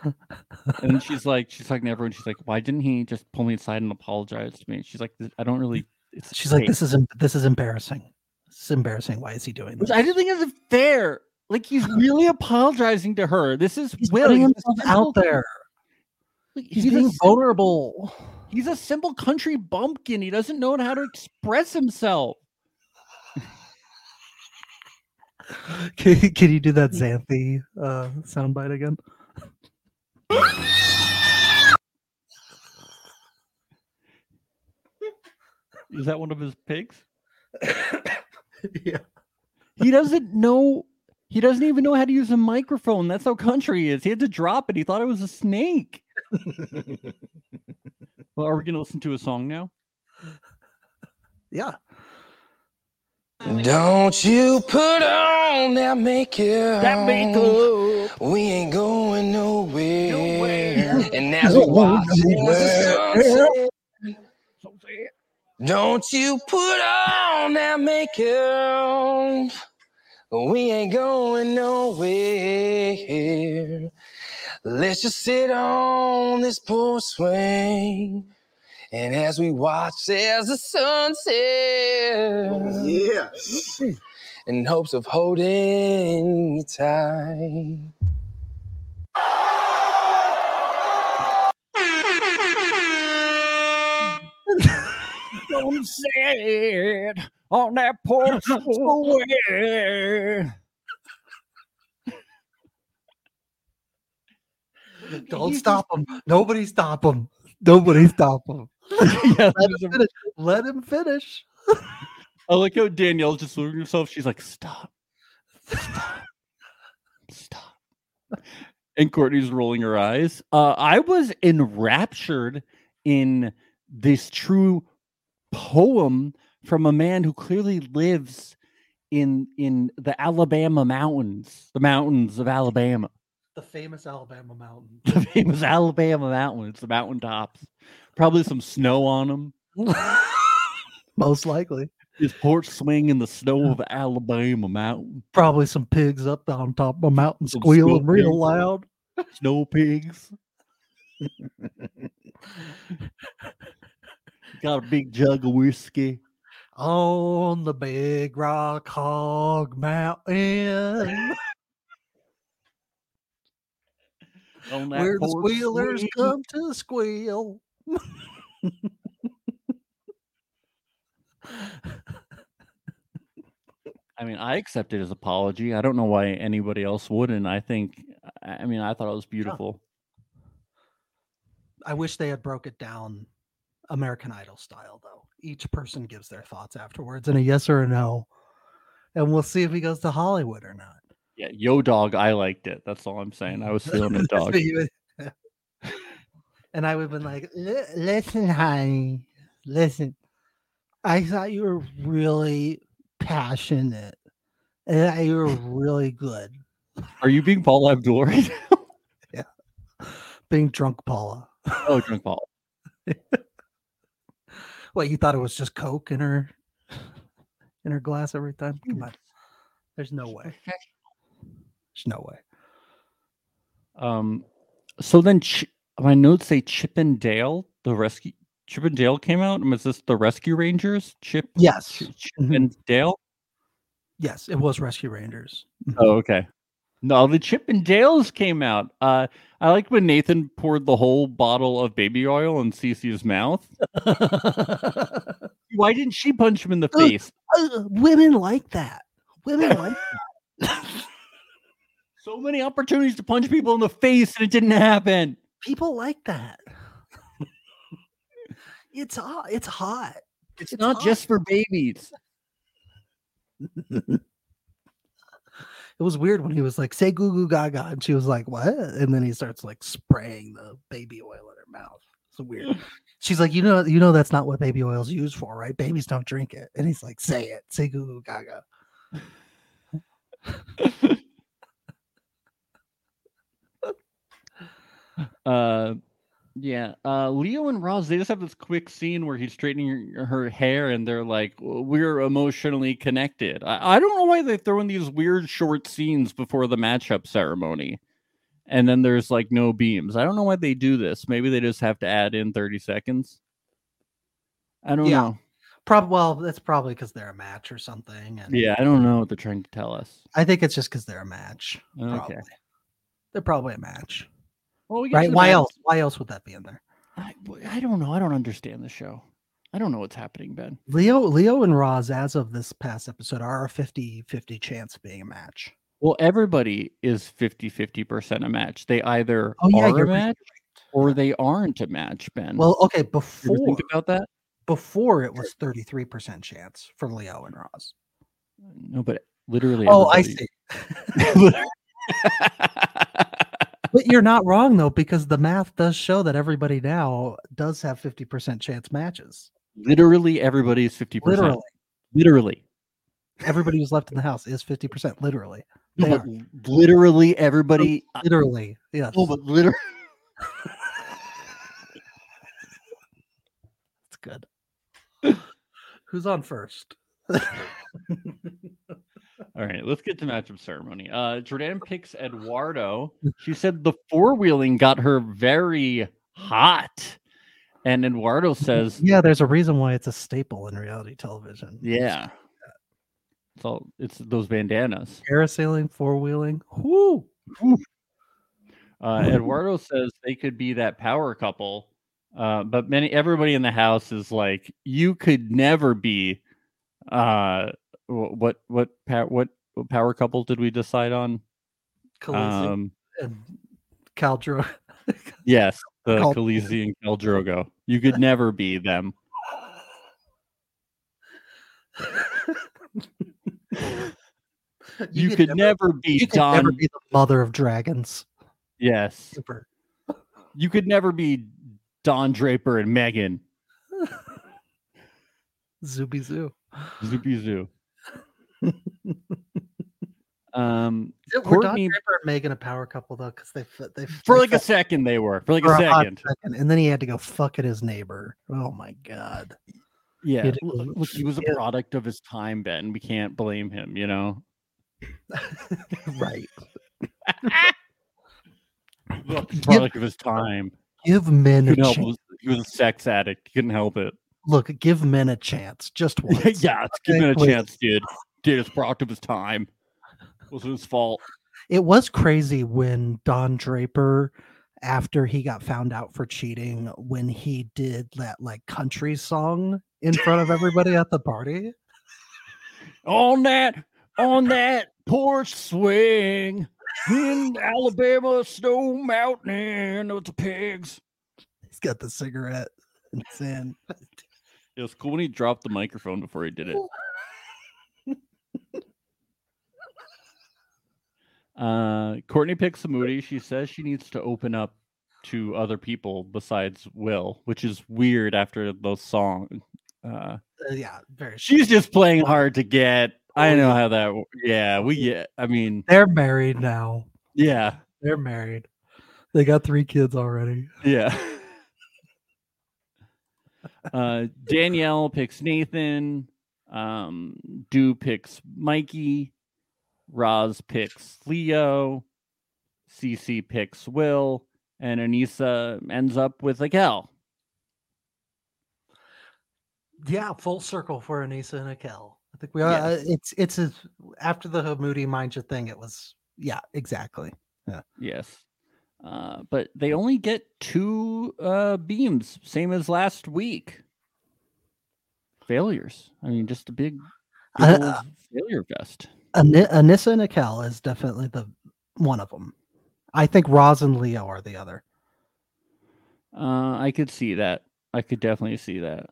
[SPEAKER 1] and then she's like, she's talking to everyone. She's like, "Why didn't he just pull me aside and apologize to me?" She's like, "I don't really." It's
[SPEAKER 2] She's like,
[SPEAKER 1] fake."
[SPEAKER 2] "This is em- this is embarrassing. This is embarrassing. Why is he doing
[SPEAKER 1] Which
[SPEAKER 2] this?"
[SPEAKER 1] I didn't think is fair. Like he's really apologizing to her. This is
[SPEAKER 2] he's
[SPEAKER 1] Will.
[SPEAKER 2] putting
[SPEAKER 1] He's a
[SPEAKER 2] himself out
[SPEAKER 1] simple-
[SPEAKER 2] there.
[SPEAKER 1] like,
[SPEAKER 2] He's,
[SPEAKER 1] he's a
[SPEAKER 2] being
[SPEAKER 1] sim-
[SPEAKER 2] vulnerable.
[SPEAKER 1] He's a simple country bumpkin. He doesn't know how to express himself.
[SPEAKER 2] Can, can you do that Xanthi uh, soundbite again?
[SPEAKER 1] Is that one of his pigs?
[SPEAKER 2] yeah,
[SPEAKER 1] He doesn't know. He doesn't even know how to use a microphone. That's how country he is. He had to drop it. He thought it was a snake. well, are we going to listen to a song now?
[SPEAKER 2] yeah.
[SPEAKER 3] Don't you put on that makeup.
[SPEAKER 1] That makeup.
[SPEAKER 3] We ain't going nowhere.
[SPEAKER 1] Nowhere.
[SPEAKER 3] And as we
[SPEAKER 2] Going
[SPEAKER 3] watch the
[SPEAKER 2] nowhere.
[SPEAKER 3] sunset, don't you put on that makeup. We ain't going nowhere. Let's just sit on this porch swing. And as we watch as the sun sets, yeah, in hopes of holding you tight.
[SPEAKER 1] Don't sit on that porch square.
[SPEAKER 2] Don't stop him. Nobody stop him. Nobody stop him.
[SPEAKER 1] yes,
[SPEAKER 2] Let
[SPEAKER 1] there's
[SPEAKER 2] him
[SPEAKER 1] a-
[SPEAKER 2] finish. Let him finish.
[SPEAKER 1] I like how Danielle's just looking at herself. She's like, stop, stop, stop. And Courtney's rolling her eyes. Uh, I was enraptured in this true poem from a man who clearly lives in in the Alabama mountains, the mountains of Alabama
[SPEAKER 2] The famous Alabama mountain.
[SPEAKER 1] the famous Alabama mountain. It's the mountain tops. Probably some snow on them.
[SPEAKER 2] Most likely,
[SPEAKER 1] His porch swing in the snow of Alabama mountain.
[SPEAKER 2] probably some pigs up on top of a mountain
[SPEAKER 1] Some
[SPEAKER 2] squealing
[SPEAKER 1] snow
[SPEAKER 2] real
[SPEAKER 1] pigs.
[SPEAKER 2] loud.
[SPEAKER 1] Snow pigs. Got a big jug of whiskey.
[SPEAKER 2] on the big rock hog mountain
[SPEAKER 1] On that
[SPEAKER 2] where the
[SPEAKER 1] porch
[SPEAKER 2] squealers
[SPEAKER 1] swing.
[SPEAKER 2] come to squeal
[SPEAKER 1] I mean, I accepted his apology. I don't know why anybody else wouldn't. I think, I I mean, I thought it was beautiful.
[SPEAKER 2] I wish they had broke it down American Idol style though. Each person gives their thoughts afterwards and a yes or a no. And we'll see if he goes to Hollywood or not.
[SPEAKER 1] Yeah, yo, dog, I liked it. That's all I'm saying. I was feeling it,
[SPEAKER 2] That's
[SPEAKER 1] dog.
[SPEAKER 2] what you would- and I would have been like, "Li- listen, honey, listen. I thought you were really passionate. And I- you were really good.
[SPEAKER 1] Are you being Paul Abdul right now?
[SPEAKER 2] Being drunk, Paula.
[SPEAKER 1] Oh, drunk Paul.
[SPEAKER 2] What you thought it was just Coke in her in her glass every time?
[SPEAKER 1] Hmm.
[SPEAKER 2] Come on. There's no way. There's no way.
[SPEAKER 1] Um, so then Ch- my notes say Chip and Dale, the rescue. Chip and Dale came out. and Was this the Rescue Rangers? Chip,
[SPEAKER 2] Yes.
[SPEAKER 1] Ch- Chip
[SPEAKER 2] Mhm.
[SPEAKER 1] and Dale.
[SPEAKER 2] Yes, it was Rescue Rangers.
[SPEAKER 1] Oh, okay. No, the Chip and Dale's came out. Uh, I liked when Nathan poured the whole bottle of baby oil in Cece's mouth.
[SPEAKER 2] Uh,
[SPEAKER 1] Why didn't she punch him in the
[SPEAKER 2] Ugh.
[SPEAKER 1] face?
[SPEAKER 2] women like that. Women like
[SPEAKER 1] So many opportunities to punch people in the face, and it didn't happen.
[SPEAKER 2] people like that. It's hot. It's hot.
[SPEAKER 1] It's,
[SPEAKER 2] It's
[SPEAKER 1] not
[SPEAKER 2] hot.
[SPEAKER 1] just for babies.
[SPEAKER 2] It was weird when he was like, "Say goo goo gaga," and she was like, "What?" And then he starts like spraying the baby oil in her mouth. It's weird. She's like, "You know, you know that's not what baby oil's used for, right? Babies don't drink it." And he's like, "Say it. Say goo goo gaga."
[SPEAKER 1] Uh, yeah. Uh, Leo and Roz, they just have this quick scene where he's straightening her, her hair, and they're like, "W- "We're emotionally connected." I, I don't know why they throw in these weird short scenes before the matchup ceremony, and then there's like no beams. I don't know why they do this. Maybe they just have to add in thirty seconds. I don't
[SPEAKER 2] Yeah.
[SPEAKER 1] know.
[SPEAKER 2] Probably. Well, that's probably because they're a match or something. And
[SPEAKER 1] Yeah, I don't know what they're trying to tell us.
[SPEAKER 2] I think it's just because they're a match.
[SPEAKER 1] Okay.
[SPEAKER 2] Probably. They're probably a match.
[SPEAKER 1] Well, we get to
[SPEAKER 2] Right?
[SPEAKER 1] the
[SPEAKER 2] Why
[SPEAKER 1] match.
[SPEAKER 2] else? Why else would that be in there?
[SPEAKER 1] I, w- I don't know. I don't understand the show. I don't know what's happening, Ben.
[SPEAKER 2] Leo Leo and Roz, as of this past episode, are a 50-50 chance of being a match.
[SPEAKER 1] Well, everybody is 50 50% a match. They either
[SPEAKER 2] Oh, yeah,
[SPEAKER 1] are
[SPEAKER 2] you're
[SPEAKER 1] a
[SPEAKER 2] right,
[SPEAKER 1] match or they aren't a match, Ben.
[SPEAKER 2] Well, okay,
[SPEAKER 1] you ever
[SPEAKER 2] before
[SPEAKER 1] think about that?
[SPEAKER 2] before it was 33% chance for Leo and Roz.
[SPEAKER 1] No, but literally.
[SPEAKER 2] Oh, I
[SPEAKER 1] everybody-
[SPEAKER 2] see. But you're not wrong though, because the math does show that everybody now does have 50% chance matches.
[SPEAKER 1] literally, everybody is 50%.
[SPEAKER 2] Literally.
[SPEAKER 1] Literally. Literally.
[SPEAKER 2] Everybody who's left in the house is 50%. Literally.
[SPEAKER 1] No,
[SPEAKER 2] They
[SPEAKER 1] but literally, everybody. I-
[SPEAKER 2] Literally. Yes.
[SPEAKER 1] No, but literally.
[SPEAKER 2] That's good. Who's on first?
[SPEAKER 1] All right, let's get to matchup ceremony. Uh, Jordan picks Eduardo. She said the four wheeling got her very hot, and Eduardo says,
[SPEAKER 2] Yeah, there's a reason why it's a staple in reality television.
[SPEAKER 1] "Yeah, it's all it's those bandanas."
[SPEAKER 2] Parasailing, four wheeling. Whoo.
[SPEAKER 1] Uh, Eduardo says they could be that power couple, uh, but many everybody in the house is like, "You could never be." Uh, wh- what what pa- what what power couple did we decide on?
[SPEAKER 2] Khaleesi
[SPEAKER 1] Um,
[SPEAKER 2] and Caldro.
[SPEAKER 1] Yes, the
[SPEAKER 2] Khal-
[SPEAKER 1] Khaleesi and Khal Drogo. You could never be them. You, could never, be
[SPEAKER 2] you could
[SPEAKER 1] Don.
[SPEAKER 2] never be the mother of dragons.
[SPEAKER 1] yes,
[SPEAKER 2] Super.
[SPEAKER 1] you could never be Don Draper and Megan
[SPEAKER 2] Zooby Zoo.
[SPEAKER 1] Zoopy Zoo. um,
[SPEAKER 2] Did- Were Don
[SPEAKER 1] Courtney-
[SPEAKER 2] Draper and Megan a power couple though? Because they f- they
[SPEAKER 1] for
[SPEAKER 2] they
[SPEAKER 1] like a
[SPEAKER 2] fell
[SPEAKER 1] second they were for like
[SPEAKER 2] for
[SPEAKER 1] a
[SPEAKER 2] hot
[SPEAKER 1] second.
[SPEAKER 2] second, and then he had to go fuck at his neighbor. Oh my god.
[SPEAKER 1] Yeah,
[SPEAKER 2] It
[SPEAKER 1] l-
[SPEAKER 2] was-
[SPEAKER 1] look, he was a
[SPEAKER 2] yeah.
[SPEAKER 1] product of his time, Ben. We can't blame him. You know,
[SPEAKER 2] right. Give,
[SPEAKER 1] product of his time.
[SPEAKER 2] give men a
[SPEAKER 1] Couldn't help.
[SPEAKER 2] chance.
[SPEAKER 1] it was- He was a sex addict. He couldn't help it.
[SPEAKER 2] Look, give men a chance. Just
[SPEAKER 1] Yeah,
[SPEAKER 2] once.
[SPEAKER 1] yeah, it's giving it a
[SPEAKER 2] please.
[SPEAKER 1] chance, dude. Dude, it's product of his time. Wasn't his fault.
[SPEAKER 2] It was crazy when Don Draper, after he got found out for cheating, when he did that like country song in front of everybody at the party.
[SPEAKER 1] On that, on that porch swing in Alabama snow mountain with the pigs.
[SPEAKER 2] He's got the cigarette. It's in.
[SPEAKER 1] It was cool when he dropped the microphone before he did it. Uh, Courtney picks a Moody. She says she needs to open up to other people besides Will, which is weird after the song. Uh,
[SPEAKER 2] Uh, yeah, very.
[SPEAKER 1] she's just playing hard to get. I know how that. w- Yeah, we. Yeah, I mean,
[SPEAKER 2] They're married now.
[SPEAKER 1] yeah,
[SPEAKER 2] They're married. They got three kids already.
[SPEAKER 1] yeah. Uh, Danielle picks Nathan. Um, Do picks Mikey. Roz picks Leo. CC picks Will, and Anissa ends up with Akel.
[SPEAKER 2] Yeah, full circle for Anissa and Akel. I think we
[SPEAKER 1] Yes.
[SPEAKER 2] are. uh, It's it's a, after the Hamudi Manja thing. It was yeah, exactly.
[SPEAKER 1] Yes. Uh, but they only get two uh, beams, same as last week. Failures. I mean, just a big, big
[SPEAKER 2] Uh,
[SPEAKER 1] old failure fest.
[SPEAKER 2] Ani- Anissa and Akel is definitely the one of them. I think Roz and Leo are the other.
[SPEAKER 1] Uh, I could see that. I could definitely see that.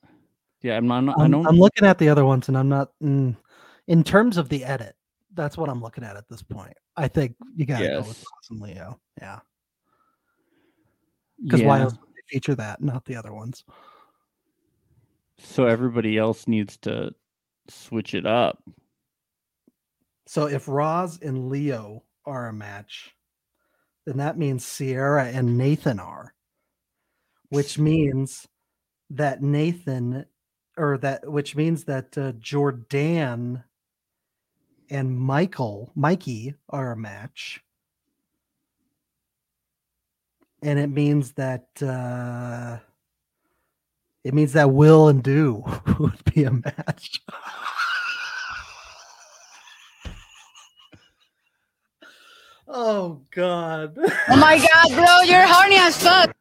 [SPEAKER 1] Yeah, I'm not. I
[SPEAKER 2] I'm,
[SPEAKER 1] don't.
[SPEAKER 2] I'm looking at the other ones, and I'm not. Mm, in terms of the edit, that's what I'm looking at at this point. I think you gotta go with
[SPEAKER 1] Yes.
[SPEAKER 2] Roz and Leo. Yeah, because why
[SPEAKER 1] yeah.
[SPEAKER 2] else would they feature that, not the other ones?
[SPEAKER 1] So everybody else needs to switch it up.
[SPEAKER 2] So if Roz and Leo are a match, then that means Sierra and Nathan are, which means that Nathan, or that which means that uh, Jordan and Michael, Mikey are a match. And it means that uh, it means that Will and Do would be a match. Oh God!
[SPEAKER 6] Oh my god, bro, you're horny as fuck.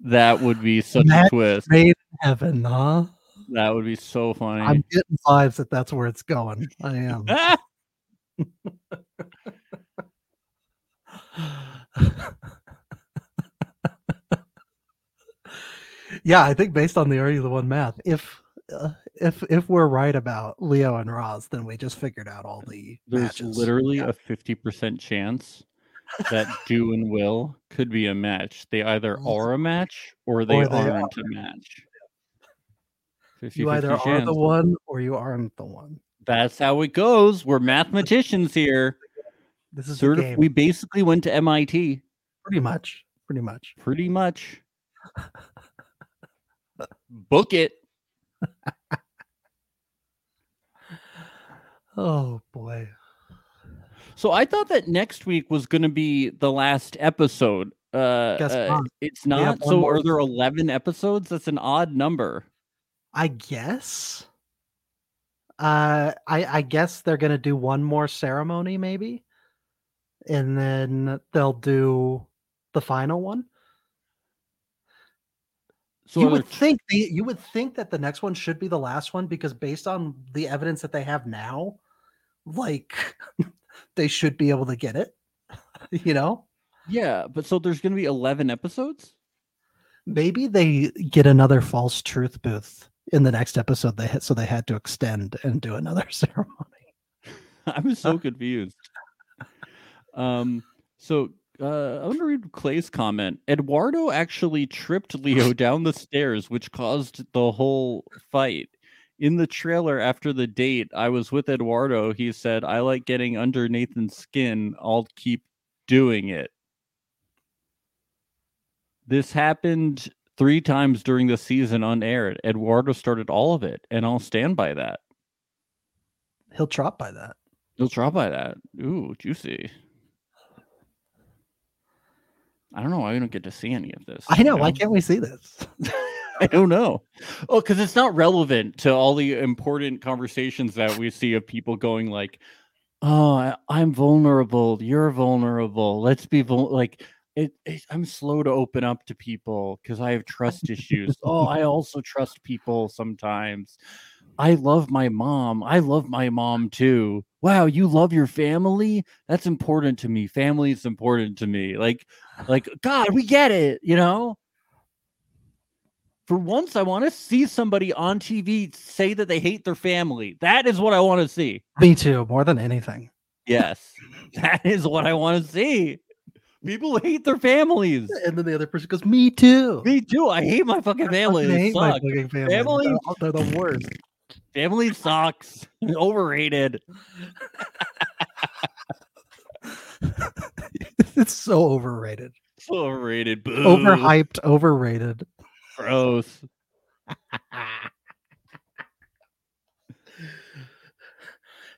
[SPEAKER 1] That would be such a
[SPEAKER 2] That's
[SPEAKER 1] twist.
[SPEAKER 2] Made in heaven, huh?
[SPEAKER 1] That would be so funny.
[SPEAKER 2] I'm getting vibes that that's where it's going. I am.
[SPEAKER 1] Ah!
[SPEAKER 2] yeah, I think based on the already the one math, if uh, if if we're right about Leo and Roz, then we just figured out all the
[SPEAKER 1] There's
[SPEAKER 2] matches.
[SPEAKER 1] literally
[SPEAKER 2] Yeah.
[SPEAKER 1] a 50% chance that Do and Will could be a match. They either
[SPEAKER 2] Mm.
[SPEAKER 1] are a match or they,
[SPEAKER 2] they are.
[SPEAKER 1] aren't a match. 50
[SPEAKER 2] you either are the one or you aren't the one.
[SPEAKER 1] That's how it goes. We're mathematicians here.
[SPEAKER 2] This is the
[SPEAKER 1] Certi-
[SPEAKER 2] game,
[SPEAKER 1] we basically went to MIT
[SPEAKER 2] pretty much, pretty much.
[SPEAKER 1] pretty much. Book it.
[SPEAKER 2] Oh boy.
[SPEAKER 1] So I thought that next week was going to be the last episode. Uh,
[SPEAKER 2] Guess
[SPEAKER 1] uh,
[SPEAKER 2] not.
[SPEAKER 1] It's
[SPEAKER 2] have
[SPEAKER 1] not.
[SPEAKER 2] one
[SPEAKER 1] So
[SPEAKER 2] more.
[SPEAKER 1] are there 11 episodes? That's an odd number.
[SPEAKER 2] I guess. Uh, I I guess they're gonna do one more ceremony, maybe, and then they'll do the final one.
[SPEAKER 1] So
[SPEAKER 2] you
[SPEAKER 1] are there
[SPEAKER 2] would think they, you would think that the next one should be the last one because based on the evidence that they have now, like they should be able to get it. you know,
[SPEAKER 1] Yeah, but so there's going to be 11 episodes?
[SPEAKER 2] maybe they get another false truth booth in the next episode. They had, so they had to extend and do another ceremony.
[SPEAKER 1] I was so confused. Um so uh, I'm going to read Clay's comment. Eduardo actually tripped Leo down the stairs, which caused the whole fight. In the trailer after the date, I was with Eduardo. He said, I like getting under Nathan's skin. I'll keep doing it. This happened three times during the season unaired. Eduardo started all of it, and I'll stand by that.
[SPEAKER 2] He'll drop by that.
[SPEAKER 1] You'll draw by that. Ooh, juicy. I don't know why we don't get to see any of this.
[SPEAKER 2] I
[SPEAKER 1] you
[SPEAKER 2] know. Why can't we see this?
[SPEAKER 1] I don't know. Oh, because it's not relevant to all the important conversations that we see of people going like, "Oh, I, I'm vulnerable. You're vulnerable. Let's be vul-. like." It, it, I'm slow to open up to people because I have trust issues. oh, I also trust people sometimes. I love my mom. I love my mom too. Wow, you love your family? That's important to me. Family is important to me. Like, like God, we get it, you know? For once, I want to see somebody on TV say that they hate their family. That is what I want to see.
[SPEAKER 2] Me too, more than anything.
[SPEAKER 1] Yes. that is what I want to see. People hate their families.
[SPEAKER 2] And then the other person goes, "Me too."
[SPEAKER 1] Me too. I hate my fucking family.
[SPEAKER 2] I
[SPEAKER 1] They
[SPEAKER 2] hate my
[SPEAKER 1] suck.
[SPEAKER 2] fucking family.
[SPEAKER 1] Family-
[SPEAKER 2] They're, they're the worst.
[SPEAKER 1] Family sucks. Overrated.
[SPEAKER 2] it's so overrated,
[SPEAKER 1] Overrated. Boo.
[SPEAKER 2] overhyped, overrated.
[SPEAKER 1] Gross.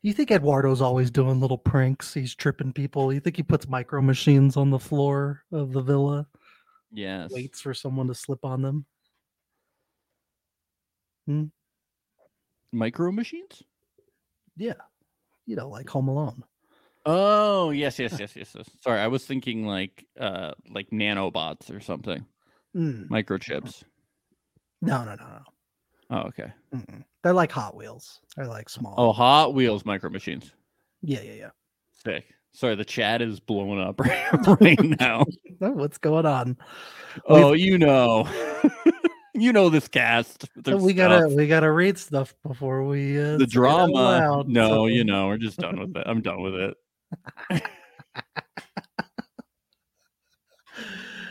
[SPEAKER 2] You think Eduardo's always doing little pranks? He's tripping people. You think he puts micro machines on the floor of the villa,
[SPEAKER 1] Yes.
[SPEAKER 2] waits for someone to slip on them?
[SPEAKER 1] Micro machines?
[SPEAKER 2] Yeah, you know, like Home Alone.
[SPEAKER 1] Oh, yes, yes, yes, yes, yes. Sorry, I was thinking like uh like nanobots or something.
[SPEAKER 2] Mm.
[SPEAKER 1] Microchips.
[SPEAKER 2] No, no, no, no.
[SPEAKER 1] Oh, okay.
[SPEAKER 2] Mm-mm. They're like Hot Wheels. They're like small.
[SPEAKER 1] Oh, Hot Wheels micro machines.
[SPEAKER 2] yeah, yeah, yeah.
[SPEAKER 1] Sick. Sorry, the chat is blowing up right now.
[SPEAKER 2] Oh, What's going on?
[SPEAKER 1] Oh, you know. you know this cast. with their
[SPEAKER 2] we gotta
[SPEAKER 1] stuff.
[SPEAKER 2] we gotta read stuff before we uh, say it
[SPEAKER 1] the
[SPEAKER 2] out
[SPEAKER 1] drama.
[SPEAKER 2] loud,
[SPEAKER 1] no,
[SPEAKER 2] so-
[SPEAKER 1] you know, we're just done with it. I'm done with it.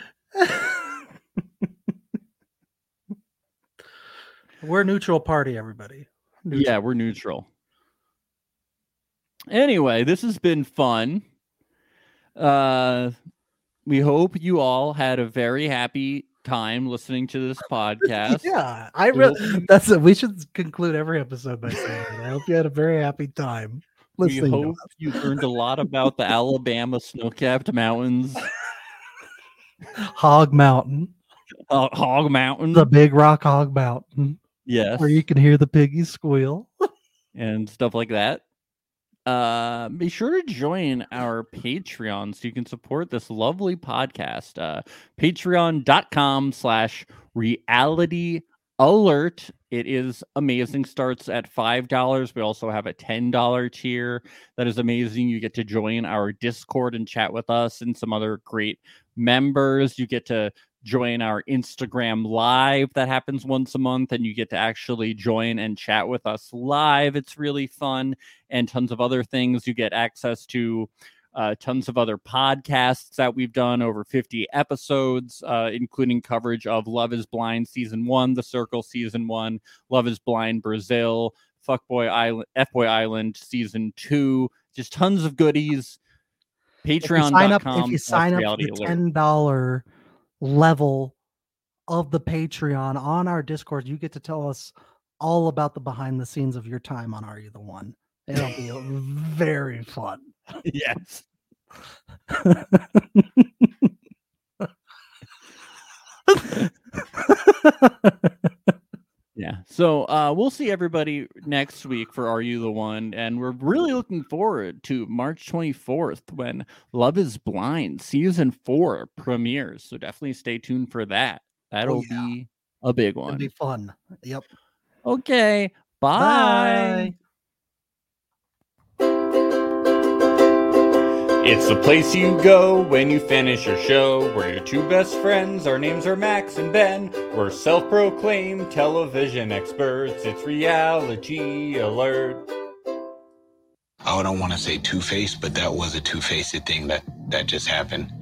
[SPEAKER 2] We're neutral party, everybody. Neutral.
[SPEAKER 1] Yeah, we're neutral. Anyway, this has been fun. Uh we hope you all had a very happy time listening to this podcast.
[SPEAKER 2] Yeah, I
[SPEAKER 1] We hope
[SPEAKER 2] really. That's it. We should conclude every episode by saying that. I hope you had a very happy time
[SPEAKER 1] We
[SPEAKER 2] listening. to
[SPEAKER 1] hope you learned a lot about the Alabama snow-capped mountains,
[SPEAKER 2] Hog Mountain,
[SPEAKER 1] uh, Hog Mountain.
[SPEAKER 2] the Big Rock Hog Mountain,
[SPEAKER 1] yes.
[SPEAKER 2] where you can hear the piggies squeal.
[SPEAKER 1] and stuff like that. Uh, be sure to join our Patreon so you can support this lovely podcast. Uh, Patreon.com slash reality alert. It is amazing. Starts at $5. We also have a $10 tier. That is amazing. You get to join our Discord and chat with us and some other great members. You get to join our Instagram live that happens once a month and you get to actually join and chat with us live. It's really fun and tons of other things. You get access to uh, tons of other podcasts that we've done over 50 episodes, uh, including coverage of Love is Blind Season 1, The Circle Season 1, Love is Blind Brazil, Fuckboy Island, Fboy Island Season 2, just tons of goodies.
[SPEAKER 2] If you sign up,
[SPEAKER 1] Patreon.com.
[SPEAKER 2] if you
[SPEAKER 1] slash
[SPEAKER 2] sign up to
[SPEAKER 1] reality
[SPEAKER 2] the
[SPEAKER 1] alert.
[SPEAKER 2] ten dollar level of the Patreon on our Discord, you get to tell us all about the behind the scenes of your time on Are You the One. It'll be very fun.
[SPEAKER 1] yes. Yeah. So uh, we'll see everybody next week for Are You the One? And we're really looking forward to March 24th when Love is Blind season four premieres. So definitely stay tuned for that. That'll
[SPEAKER 2] yeah.
[SPEAKER 1] be a big
[SPEAKER 2] It'll
[SPEAKER 1] one.
[SPEAKER 2] be fun. Yep.
[SPEAKER 1] Okay. bye. It's the place you go when you finish your show. We're your two best friends. Our names are Max and Ben. We're self proclaimed television experts. It's reality alert.
[SPEAKER 5] I don't want to say two faced, but that was a two faced thing that, that just happened.